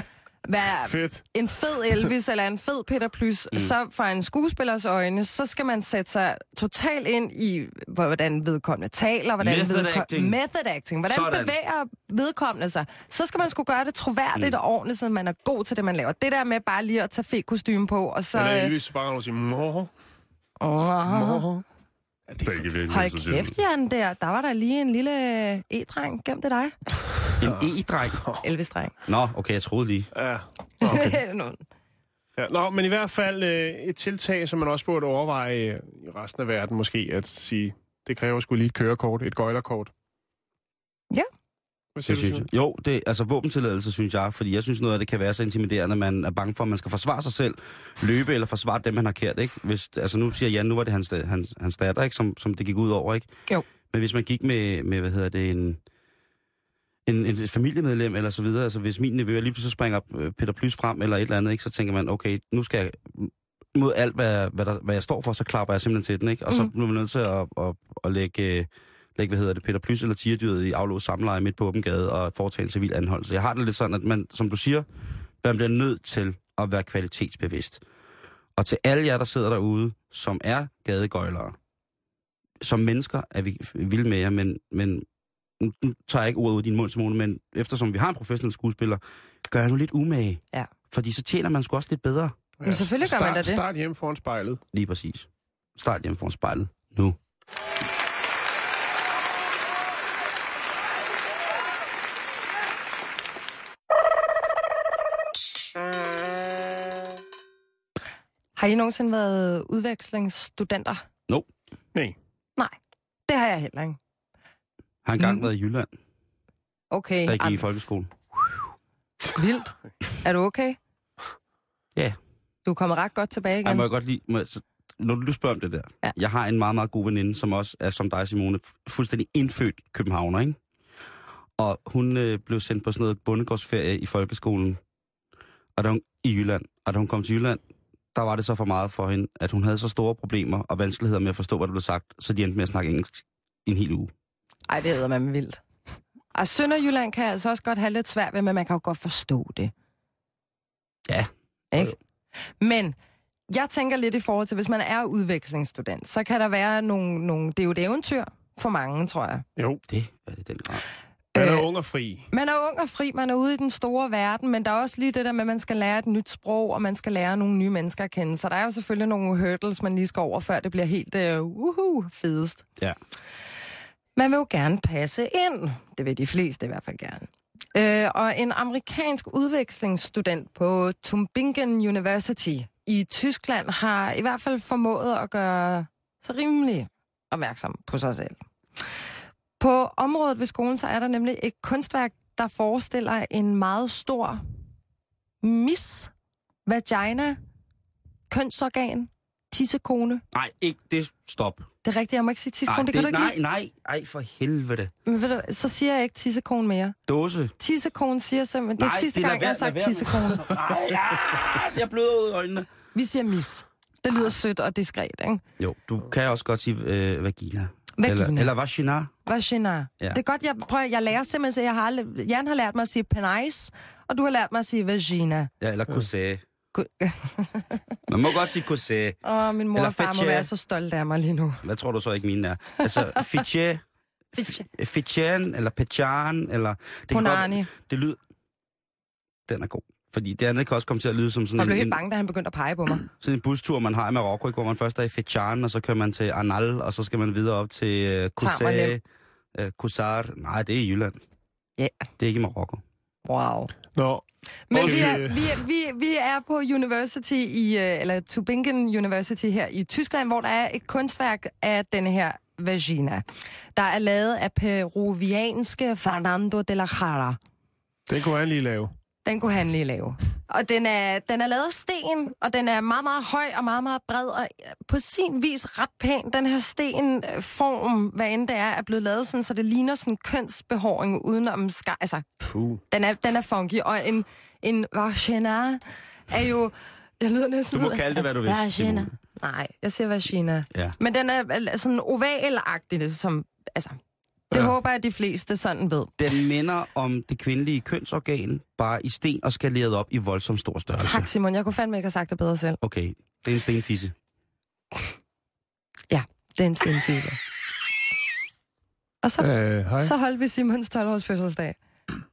G: være
F: Fedt.
G: en fed Elvis eller en fed Peter Plys, mm. så fra en skuespillers øjne, så skal man sætte sig totalt ind i, hvordan vedkommende taler, hvordan
E: Method
G: vedko-
E: acting.
G: method acting, hvordan
E: Sådan.
G: Sådan. bevæger vedkommende sig. Så skal man skulle gøre det troværdigt mm. og ordentligt, så man er god til det, man laver. Det der med bare lige at tage fed på, og så...
F: Så, Eller
G: Øh,
F: Elvis bare render og siger, mor,
G: åh,
F: mor.
I: Det er ikke virkelig
G: Hold kæft, Jan, der. Der var der lige en lille e-dreng gemt til dig.
E: En e-dreng.
G: Elvis-dreng.
E: Nå, okay, jeg troede lige.
F: Ja.
G: Okay. Nå,
F: Ja, nå, men i hvert fald øh, et tiltag, som man også burde overveje øh, i resten af verden måske, at sige, det kræver sgu lige et kørekort, et gøjlerkort.
G: Ja.
F: Hvad siger
E: Det
F: du,
E: synes
F: synes
E: jeg. Jo, det, altså våbentilladelse, synes jeg, fordi jeg synes noget af det kan være så intimiderende, at man er bange for, at man skal forsvare sig selv, løbe eller forsvare dem, man har kært, ikke? Hvis, altså nu siger Jan, nu var det hans, hans, hans datter, ikke? Som, som det gik ud over, ikke?
G: Jo.
E: Men hvis man gik med, med hvad hedder det, en, en, en et familiemedlem eller så videre, altså hvis min nevø lige pludselig springer øh, Peter Plys frem eller et eller andet, ikke? Så tænker man, okay, nu skal jeg mod alt, hvad, hvad, der, hvad jeg står for, så klapper jeg simpelthen til den, ikke? Og så bliver man nødt til at, at, at lægge... øh, lægge, hvad hedder det, Peter Plys eller Tierdyret i aflåst samleje midt på åben gade og foretage en civil anholdelse. Jeg har det lidt sådan, at man, som du siger, man bliver nødt til at være kvalitetsbevidst. Og til alle jer, der sidder derude, som er gadegøjlere, som mennesker er vi vilde med jer, men, men nu, nu tager jeg ikke ordet ud af din mund, Simone, men eftersom vi har en professionel skuespiller, gør jeg nu lidt umage.
G: Ja.
E: Fordi så tjener man sgu også lidt bedre.
F: jeg.
G: Men selvfølgelig gør man
F: Start-
G: da det.
F: Start hjemme foran spejlet.
E: Lige præcis. Start hjemme foran spejlet. Nu.
G: Har I nogensinde været udvekslingsstudenter?
F: Nej.
G: Nej, det har jeg heller ikke.
E: Har engang
G: Mm.
E: været i Jylland,
G: Okay,
E: da jeg gik i
G: Am-
E: folkeskole.
G: vildt. Er du okay?
E: Ja.
G: Du kommer ret godt tilbage igen.
E: Ej, må jeg godt lige... Må jeg, så, når du spørger om det der.
G: Ja.
E: Jeg har en meget, meget god veninde, som også er som dig, Simone, fu- fuldstændig indfødt københavner, ikke? Og hun øh, blev sendt på sådan noget bondegårdsferie i folkeskolen og da hun, i Jylland. Og da hun kom til Jylland, der var det så for meget for hende, at hun havde så store problemer og vanskeligheder med at forstå, hvad der blev sagt, så de endte med at snakke engelsk i en hel uge.
G: Ej, det hedder man vildt. Og Sønderjylland kan jeg altså også godt have lidt svært ved, men man kan jo godt forstå det.
E: Ja.
G: Ikke? Men jeg tænker lidt i forhold til, hvis man er udvekslingsstudent, så kan der være nogle, nogle... Det er jo et eventyr for mange, tror jeg.
F: Jo.
E: Det er det den grad.
F: Man er
G: Øh,
F: ung og fri.
G: Man er ung og fri, man er ude i den store verden, men der er også lige det der med, at man skal lære et nyt sprog, og man skal lære nogle nye mennesker at kende. Så der er jo selvfølgelig nogle hurdles, man lige skal over, før det bliver helt uh, uhu, fedest.
E: Ja.
G: Man vil jo gerne passe ind. Det vil de fleste i hvert fald gerne. Øh, og en amerikansk udvekslingsstudent på Tumbingen University i Tyskland har i hvert fald formået at gøre sig rimelig opmærksom på sig selv. På området ved skolen, så er der nemlig et kunstværk, der forestiller en meget stor mis, vagina, kønsorgan, tissekone.
E: Nej, ikke det. Stop.
G: Det er rigtigt, jeg må ikke sige tissekone,
E: Ej,
G: det, det kan du ikke
E: nej,
G: lide.
E: nej, ej, for helvede.
G: Men ved du, så siger jeg ikke tissekone mere.
E: Dåse.
G: Tissekone siger simpelthen, det er
E: Nej,
G: sidste
E: det er
G: gang,
E: lad
G: jeg har
E: være-
G: sagt
E: lad
G: tissekone.
E: Nej, ah, jeg bløder ud af øjnene.
G: Vi siger mis. Det
E: Ah.
G: lyder sødt og diskret, ikke?
E: Jo, du kan også godt sige øh, vagina.
G: Vagina.
E: Eller, eller vagina.
G: Vagina.
E: Ja.
G: Ja. Det er godt, jeg, prøver, jeg lærer simpelthen, så jeg har, aldrig- Jan har lært mig at sige penais, og du har lært mig at sige vagina.
E: Ja, eller kosæ.
G: Gud.
E: Man må godt sige kosæ.
G: Åh, min mor
E: Eller
G: og far må
E: fetche.
G: være så stolte af mig lige nu.
E: Hvad tror du så ikke mine er? Altså, fiche,
G: Fetche.
E: fichen, eller pechan, eller... Det kan
G: Ponani.
E: Godt, det lyder... Den er god. Fordi det andet kan også komme til at lyde som
G: Jeg
E: sådan
G: blev
E: en,
G: helt
E: en,
G: bange, da han begyndte at pege på mig.
E: sådan en bustur, man har i Marokko, ikke? hvor man først er i Fechan, og så kører man til Arnal, og så skal man videre op til øh, Kosæ,
G: Tamerlem.
E: øh, Kosar. Nej, det er i Jylland.
G: Ja.
E: Det er ikke i Marokko.
G: Wow.
F: Nå,
G: Men
F: Okay.
G: vi er, vi, er, vi, vi er på University i, øh, eller Tübingen University her i Tyskland, hvor der er et kunstværk af denne her vagina, der er lavet af peruvianske Fernando de la Jara.
F: det kunne han lige lave.
G: Den kunne han lige lave. Og den er, den er lavet af sten, og den er meget, meget høj og meget, meget bred, og på sin vis ret pæn. Den her stenform, hvad end det er, er blevet lavet sådan, så det ligner sådan kønsbehåring udenom skar. Altså,
F: Puh.
G: den er, den er funky, og en, en vagina er jo... Jeg lyder næsten...
E: Du må kalde det, hvad du vil,
G: Vagina.
E: Simone.
G: Nej, jeg siger vagina.
E: Ja.
G: Men den er al- sådan ovalagtig, som... Altså, det
E: Ja.
G: ja. håber jeg, at de fleste sådan ved.
E: Den minder om det kvindelige kønsorgan, bare i sten og skaleret op i voldsom stor størrelse.
G: Tak, Simon. Jeg kunne fandme ikke have sagt det bedre selv.
E: Okay, det er en stenfisse.
G: Ja, det er en stenfise. Og så,
F: Øh, hej.
G: så holdt vi Simons 12-års fødselsdag.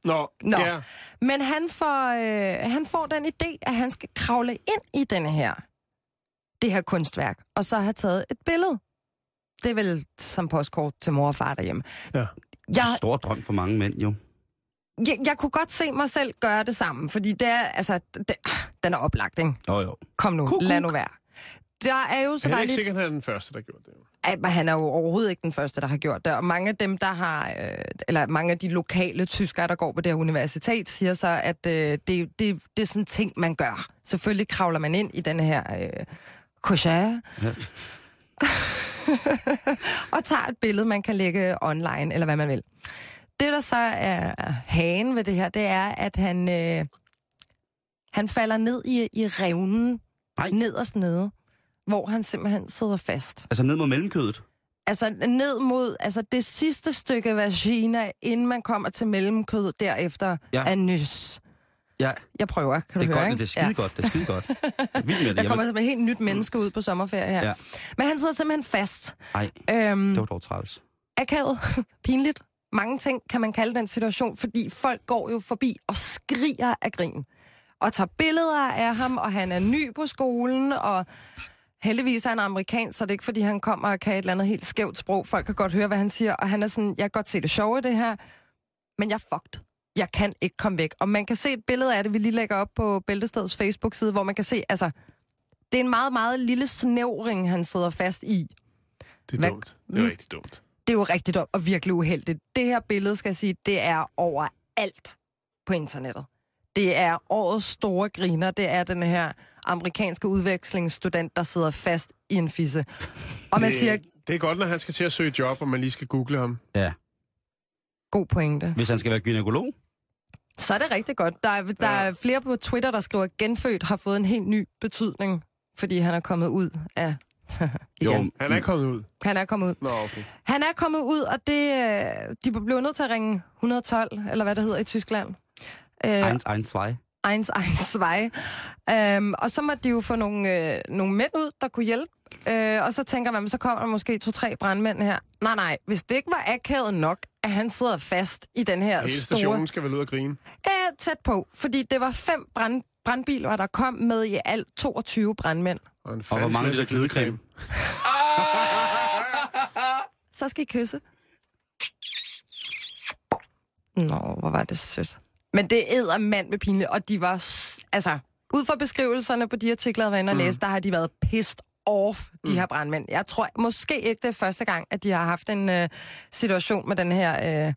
F: Nå,
G: Nå.
F: ja.
G: Men han får, øh, han får den idé, at han skal kravle ind i denne her, det her kunstværk, og så have taget et billede. Det er vel som postkort til mor og far derhjemme.
F: Ja.
E: Ja.
G: Jeg,
E: Stor drøm for mange mænd, jo.
G: jeg, jeg kunne godt se mig selv gøre det samme, fordi det er, altså, det, den er oplagt, ikke?
E: Jo, jo.
G: Kom nu,
E: Kuk,
G: lad
E: kuk.
G: nu være. Der er jo så
F: Han er
G: bare
F: ikke
G: lidt-
F: sikkert, at han er den første, der gjorde det.
G: Ej, men han er jo overhovedet ikke den første, der har gjort det. Og mange af dem, der har, øh, eller mange af de lokale tyskere, der går på det her universitet, siger så, at øh, det, det, det er sådan en ting, man gør. Selvfølgelig kravler man ind i den her øh, kochage. Ja. og tager et billede, man kan lægge online, eller hvad man vil. Det, der så er hagen ved det her, det er, at han, øh, han falder ned i, i revnen,
E: Ej.
G: nederst nede, hvor han simpelthen sidder fast
E: Altså ned mod mellemkødet.
G: altså ned mod altså det sidste stykke vagina, inden man kommer til mellemkød derefter
E: Ja.
G: ja. er nys.
E: Ja,
G: Jeg prøver, kan
E: det
G: du
E: er
G: høre,
E: godt,
G: ikke?
E: det er skide ja. godt, det er skide godt. Vild med det.
G: Jeg
E: Jeg
G: kommer
E: vil... Mm.
G: som et helt nyt menneske ud på sommerferie her.
E: Ja.
G: Ja. Men han sidder simpelthen fast.
E: Ej,
G: Øhm,
E: det var dog træls.
G: akavet, pinligt. Mange ting kan man kalde den situation, fordi folk går jo forbi og skriger af grin. Og tager billeder af ham, og han er ny på skolen, og heldigvis er han amerikansk, så det er ikke fordi, han kommer og kan et eller andet helt skævt sprog. Folk kan godt høre, hvad han siger, og han er sådan, jeg kan godt se det sjove i det her, men jeg er fucked. Jeg kan ikke komme væk. Og man kan se et billede af det, vi lige lægger op på Bæltestedets Facebook-side, hvor man kan se, altså, det er en meget, meget lille snævring, han sidder fast i
F: Det er
G: Hvad- Mm.
F: dumt. Det er rigtig dumt.
G: det er jo rigtig dumt og virkelig uheldigt. Det her billede, skal jeg sige, det er overalt på internettet. Det er årets store griner. Det er den her amerikanske udvekslingsstudent, der sidder fast i en fisse. Og man
F: det,
G: siger,
F: det er godt, når han skal til at søge job, og man lige skal google ham.
E: Ja.
G: god pointe.
E: Hvis han skal være gynekolog,
G: Så er det rigtig godt. Der er, der
F: Ja.
G: er flere på Twitter, der skriver, at genfødt har fået en helt ny betydning, fordi han er kommet ud af... igen.
F: Han
E: Mm.
F: er kommet ud.
G: Han er kommet ud.
F: Nå, okay.
G: Han er kommet ud, og det, øh, de blev nødt til at ringe 112, eller hvad det hedder i Tyskland. Øh,
E: Eins, eins, zwei.
G: Eins, eins, vej. Øhm, og så måtte de jo få nogle, øh, nogle mænd ud, der kunne hjælpe. Øh, og så tænker man, så kommer der måske to-tre brandmænd her. Nej, nej, hvis det ikke var akavet nok, at han sidder fast i den her
F: Hele
G: store...
F: stationen skal vel ud og grine.
G: Ja, tæt på, fordi det var fem brand, brandbiler, der kom med i alt 22 brandmænd.
F: Og, en
E: Og hvor
F: fandens
E: mange
F: masse
E: liter glidecreme?
G: Så skal I kysse. Nå, hvor var det sødt. Men det æder mand med pinligt, og de var... s- Altså, ud fra beskrivelserne på de artikler, jeg var
E: Mm.
G: inde og læse, der har de været pissed off, de her brandmænd. Jeg tror måske ikke, det er første gang, at de har haft en øh, situation med den her, øh,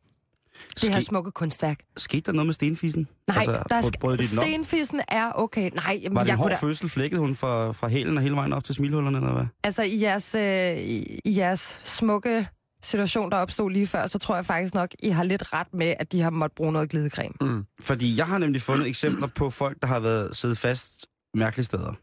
G: det her
E: Ske,
G: smukke kunstværk.
E: skete der noget med stenfissen?
G: Nej, altså, der
E: brød- brød
G: skal,
E: de den op?
G: stenfissen er okay. Nej, jamen,
E: Var det
G: jeg
E: en
G: kunne
E: hård
G: da,
E: fødsel? Flækkede hun fra, fra hælen og hele vejen op til smilhullerne, eller hvad?
G: altså i jeres, øh, i, i jeres smukke situation, der opstod lige før, så tror jeg faktisk nok, I har lidt ret med, at de har måttet bruge noget glidecreme.
E: Fordi jeg har nemlig fundet eksempler på folk, der har været siddet fast mærkelige steder.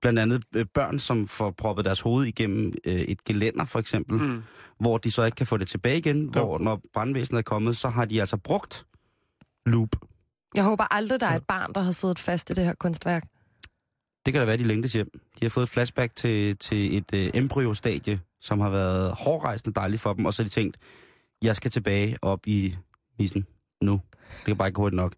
E: Blandt andet øh, børn, som får proppet deres hoved igennem øh, et gelænder, for eksempel, mm. hvor de så ikke kan få det tilbage igen.
F: Jo.
E: Hvor når brandvæsenet er kommet, så har de altså brugt loop.
G: Jeg håber aldrig, der er et barn, der har siddet fast i det her kunstværk.
E: Det kan da være, de længtes hjem. De har fået flashback til, til et øh, embryostadie, som har været hårdrejsende dejligt for dem, og så har de tænkt, jeg skal tilbage op i nissen nu. Det kan bare ikke gå hurtigt nok.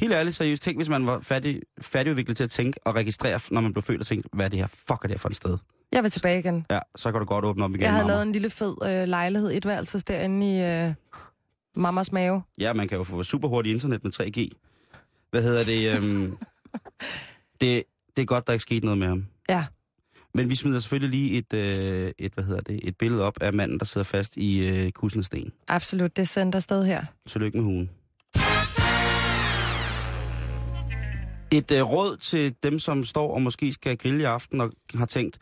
E: Helt ærligt, seriøst, tænk, hvis man var fattig, færdigudviklet til at tænke og registrere, når man blev født og tænkt, hvad er det her, fuck er det her for et sted?
G: Jeg vil tilbage igen.
E: Ja, så kan du godt åbne op igen.
G: Jeg havde
E: mamma.
G: lavet en lille fed øh, lejlighed, et værelses derinde i øh, mammas mave.
E: Ja, man kan jo få super hurtigt internet med 3G. Hvad hedder det? Øhm, det, det er godt, der ikke skete noget med ham.
G: Ja.
E: Men vi smider selvfølgelig lige et, øh, et, hvad hedder det, et billede op af manden, der sidder fast i øh, kussen af sten.
G: Absolut, det sendte afsted her.
E: Tillykke med hugen. Et øh, råd til dem, som står og måske skal grille i aften og har tænkt,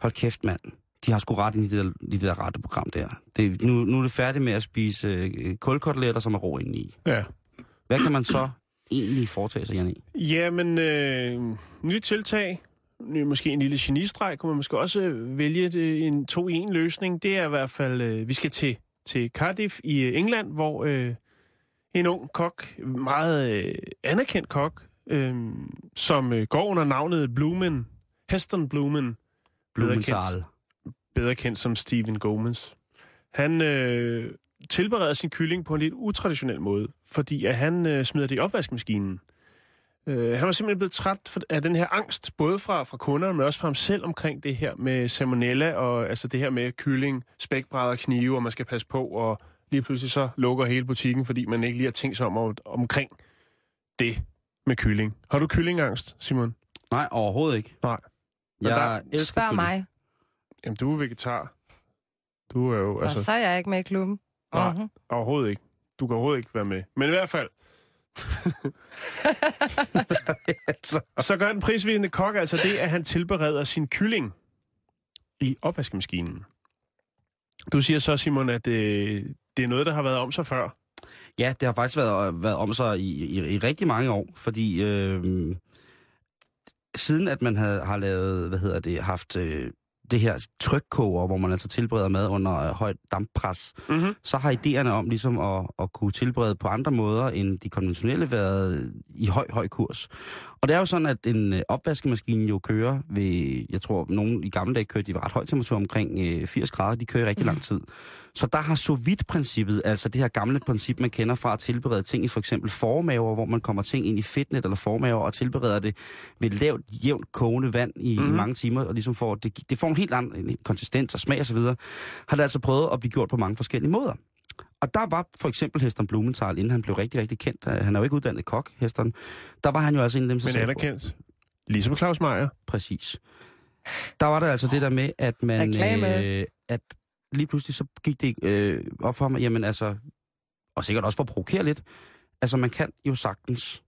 E: hold kæft mand, de har sgu ret ind i det der, i det der rette program der. Det, nu, nu er det færdigt med at spise øh, kulkoteletter, som er rå indeni.
F: Ja.
E: Hvad kan man så egentlig foretage sig, Janne?
F: Jamen, øh, nyt tiltag. Ny- Måske en lille genistreg. Kunne man måske også øh, vælge det, en 2-1 løsning. Det er i hvert fald, øh, vi skal til, til Cardiff i øh, England, hvor øh, en ung kok, meget øh, anerkendt kok, øh, som øh, går under navnet Blumen, Heston Blumen,
E: Blumenthal.
F: bedre kendt som Steven Gomez. Han øh, tilbereder sin kylling på en lidt utraditionel måde, fordi at han øh, smider det i opvaskemaskinen. Øh, han var simpelthen blevet træt for, af den her angst, både fra, fra kunderne, men også fra ham selv omkring det her med salmonella, og altså det her med kylling, spækbrædder, knive, og man skal passe på, og lige pludselig så lukker hele butikken, fordi man ikke lige har tænkt sig om, om omkring det med kylling. Har du kyllingangst, Simon?
E: Nej, overhovedet ikke.
F: Nej. Men
E: Jeg
F: der-
E: elsker
G: Spørg
E: kylling.
G: mig.
F: Jamen, du er vegetar. Du er jo, altså...
G: Og så er jeg ikke med i klubben.
F: Nej.
G: Mhm.
F: Overhovedet ikke. Du kan overhovedet ikke være med. Men i hvert fald,
E: Altså,
F: så gør den prisvindende kok altså det, at han tilbereder sin kylling i opvaskemaskinen. Du siger så, Simon, at øh, det er noget, der har været om sig før.
E: Ja, det har faktisk været, været om sig i, i, i rigtig mange år, fordi øh, siden at man havde, har lavet, hvad hedder det, haft øh, det her trykkoger, hvor man altså tilbereder mad under øh, højt damppres,
F: Mm-hmm.
E: så har idéerne om ligesom at, at kunne tilberede på andre måder end de konventionelle været i høj, høj kurs. Og det er jo sådan, at en øh, opvaskemaskine jo kører ved, jeg tror, nogen i gamle dage kørte de ved ret høj temperatur omkring øh, 80 grader, de kører i rigtig lang tid. Så der har sous vide princippet, altså det her gamle princip, man kender fra at tilberede ting i for eksempel formaver, hvor man kommer ting ind i fedtnet eller formaver og tilbereder det ved lavt, jævnt kogende vand i, mm-hmm. i mange timer, og ligesom får, det, det får en helt anden en konsistens og smag osv., har det altså prøvet at blive gjort på mange forskellige måder. Og der var for eksempel Heston Blumenthal, inden han blev rigtig, rigtig kendt. øh, Han er jo ikke uddannet kok, Heston. Der var han jo altså en af dem, som
F: Men
E: sagde,
F: anerkendt. Ligesom Claus Meier.
E: Præcis. Der var der altså det der med, at man...
G: Reklame.
E: Øh, at lige pludselig så gik det øh, op for mig, jamen altså, og sikkert også for at provokere lidt, altså man kan jo sagtens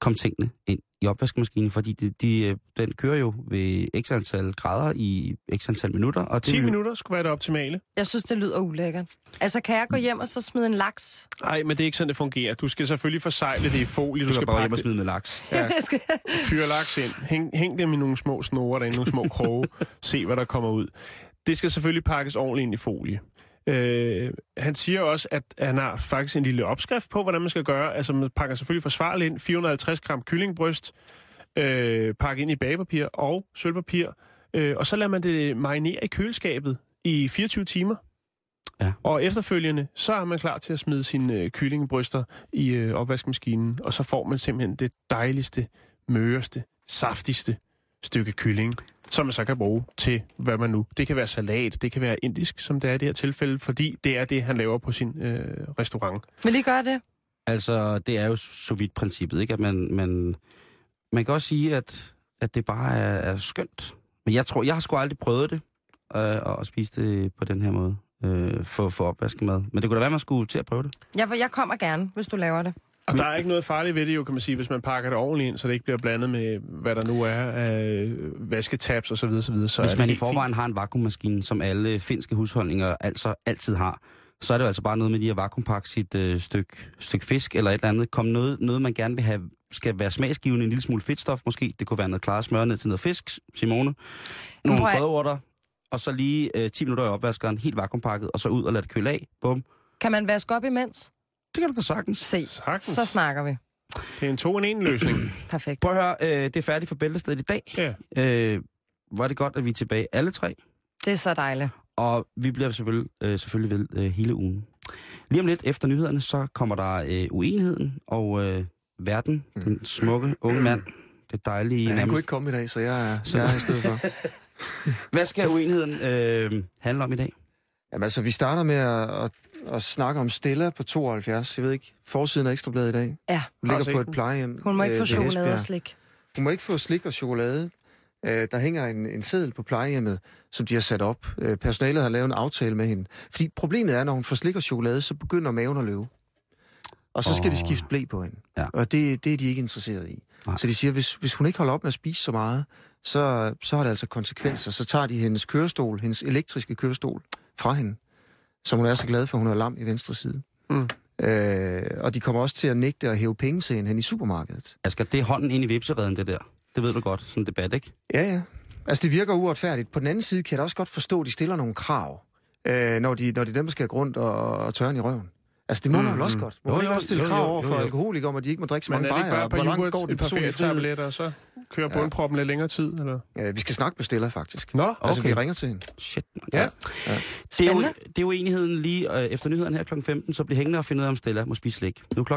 E: komme tingene ind i opvaskemaskinen, fordi de, de, øh, den kører jo ved x antal grader i x antal minutter. Og
F: 10
E: vil-
F: minutter skulle være det optimale.
G: Jeg synes, det lyder ulækkert. Altså, kan jeg gå hjem og så smide en laks?
F: Nej, men det er ikke sådan, det fungerer. Du skal selvfølgelig forsejle det i folie.
E: Du skal bare hjem
F: pakke
E: og
F: det-
E: smide med laks.
F: Ja.
G: Jeg skal-
F: Fyr laks ind. Hæng, hæng dem i nogle små snore derinde, nogle små kroge. Se, hvad der kommer ud. Det skal selvfølgelig pakkes ordentligt ind i folie. Øh, han siger også, at han har faktisk en lille opskrift på, hvordan man skal gøre. Altså, man pakker selvfølgelig forsvarligt ind. 450 gram kyllingbryst. Øh, pakket ind i bagepapir og sølvpapir. Øh, og så lader man det marinere i køleskabet i 24 timer.
E: Ja.
F: Og efterfølgende, så er man klar til at smide sine øh, kyllingebryster i øh, opvaskemaskinen, og så får man simpelthen det dejligste møreste, saftigste stykke kylling, som man så kan bruge til, hvad man nu... Det kan være salat, det kan være indisk, som det er i det her tilfælde, fordi det er det, han laver på sin øh, restaurant.
G: Vil I gøre det?
E: Altså, det er jo så vidt princippet, ikke? At man, man, man kan også sige, at, at det bare er, er skønt. Men jeg tror, jeg har sgu aldrig prøvet det, øh, at spise det på den her måde, øh, for, for opvaskemad. Men det kunne da være, man skulle til at prøve det.
G: Jeg, jeg kommer gerne, hvis du laver det.
F: Og der er ikke noget farligt ved det jo, kan man sige, hvis man pakker det ordentligt ind, så det ikke bliver blandet med, hvad der nu er af øh, vasketabs osv. Så videre, så videre, så er
E: Hvis
F: det
E: man i
F: helt
E: forvejen har en vakuummaskine, som alle finske husholdninger altså altid har, så er det jo altså bare noget med lige at vakuumpakke sit øh, stykke, stykke fisk eller et eller andet. Kom noget, noget, man gerne vil have, skal være smagsgivende, en lille smule fedtstof måske. Det kunne være noget klare smør ned til noget fisk, Simone. Nogle
G: prøv at-
E: brødurter, og så lige øh, 10 minutter i opvaskeren, helt vakuumpakket, og så ud og lade det køle af. Bum.
G: Kan man vaske op imens?
E: Det kan du da sagtens.
G: Se,
F: Sagtens.
G: så snakker vi.
F: Det er en to en en løsning.
G: Perfekt.
E: Prøv at høre, øh, det er færdigt for bæltestedet i dag.
F: ja.
E: Øh, var det godt, at vi er tilbage alle tre.
G: Det er så dejligt.
E: Og vi bliver selvfølgelig, øh, selvfølgelig ved øh, hele ugen. Lige om lidt efter nyhederne, så kommer der øh, uenigheden og øh, verden, den smukke unge mand, det dejlige...
J: Men Mm. han
E: nærmest-
J: kunne ikke komme i dag, så jeg er,
E: Så-
J: jeg er her i stedet for.
E: Hvad skal uenigheden øh, handle om i dag?
J: Jamen altså, vi starter med at, at, at snakke om Stella på 72. Jeg ved ikke, forsiden af Ekstrabladet i dag.
G: Ja.
J: Hun
F: Har du
J: ligger
F: set
J: på et
F: den?
J: plejehjem.
G: Hun må ikke
J: øh,
G: få
J: ved
G: chokolade og
J: Esbjerg.
G: slik.
J: Hun må ikke få slik og chokolade. Øh, der hænger en, en seddel på plejehjemmet, som de har sat op. Øh, personalet har lavet en aftale med hende. Fordi problemet er, når hun får slik og chokolade, så begynder maven at løbe. Og så skal oh. de
E: Åh.
J: skifte blæ på hende.
E: Ja.
J: Og det, det er de ikke interesseret i.
E: Nej.
J: Så de siger, hvis, hvis hun ikke holder op med at spise så meget, så, så har det altså konsekvenser. Så tager de hendes kørestol, hendes elektriske kørestol, fra hende, som hun er så glad for, hun er lam i venstre side.
F: Mm.
J: Øh, og de kommer også til at nægte at hæve penge til hende hen i supermarkedet.
E: Asger, det er hånden ind i vipsereden, det der. Det ved du godt, sådan en debat, ikke?
J: Ja, ja. Altså, det virker uretfærdigt. På den anden side kan jeg da også godt forstå, at de stiller nogle krav, øh, når, de, når det er dem, der skal gå rundt og, og tørre den i røven. Altså, det må man vel også godt. Må
E: Jo,
J: man ikke
E: jo,
J: også stille
E: jo,
J: krav
E: jo,
J: over
E: jo,
J: for
E: jo.
J: alkoholikere om, at de ikke må drikke så
F: Men
J: mange
F: er det ikke
J: bajer,
F: bare
J: og
F: på
J: hvor langt går
F: yoghurt,
J: den
F: et par
J: personlige frihed?
F: ferietabletter, og så kører bundproppen lidt længere tid? Eller?
J: Øh, vi skal snakke med Stella, faktisk.
F: Nå,
J: Altså,
E: Okay.
J: vi ringer til hende.
E: Shit, man.
F: Ja.
E: Det er, jo, det er jo enigheden lige øh, efter nyheden her kl. 15, så bliver hængende og finde ud af, om Stella må spise slik. Nu er klokken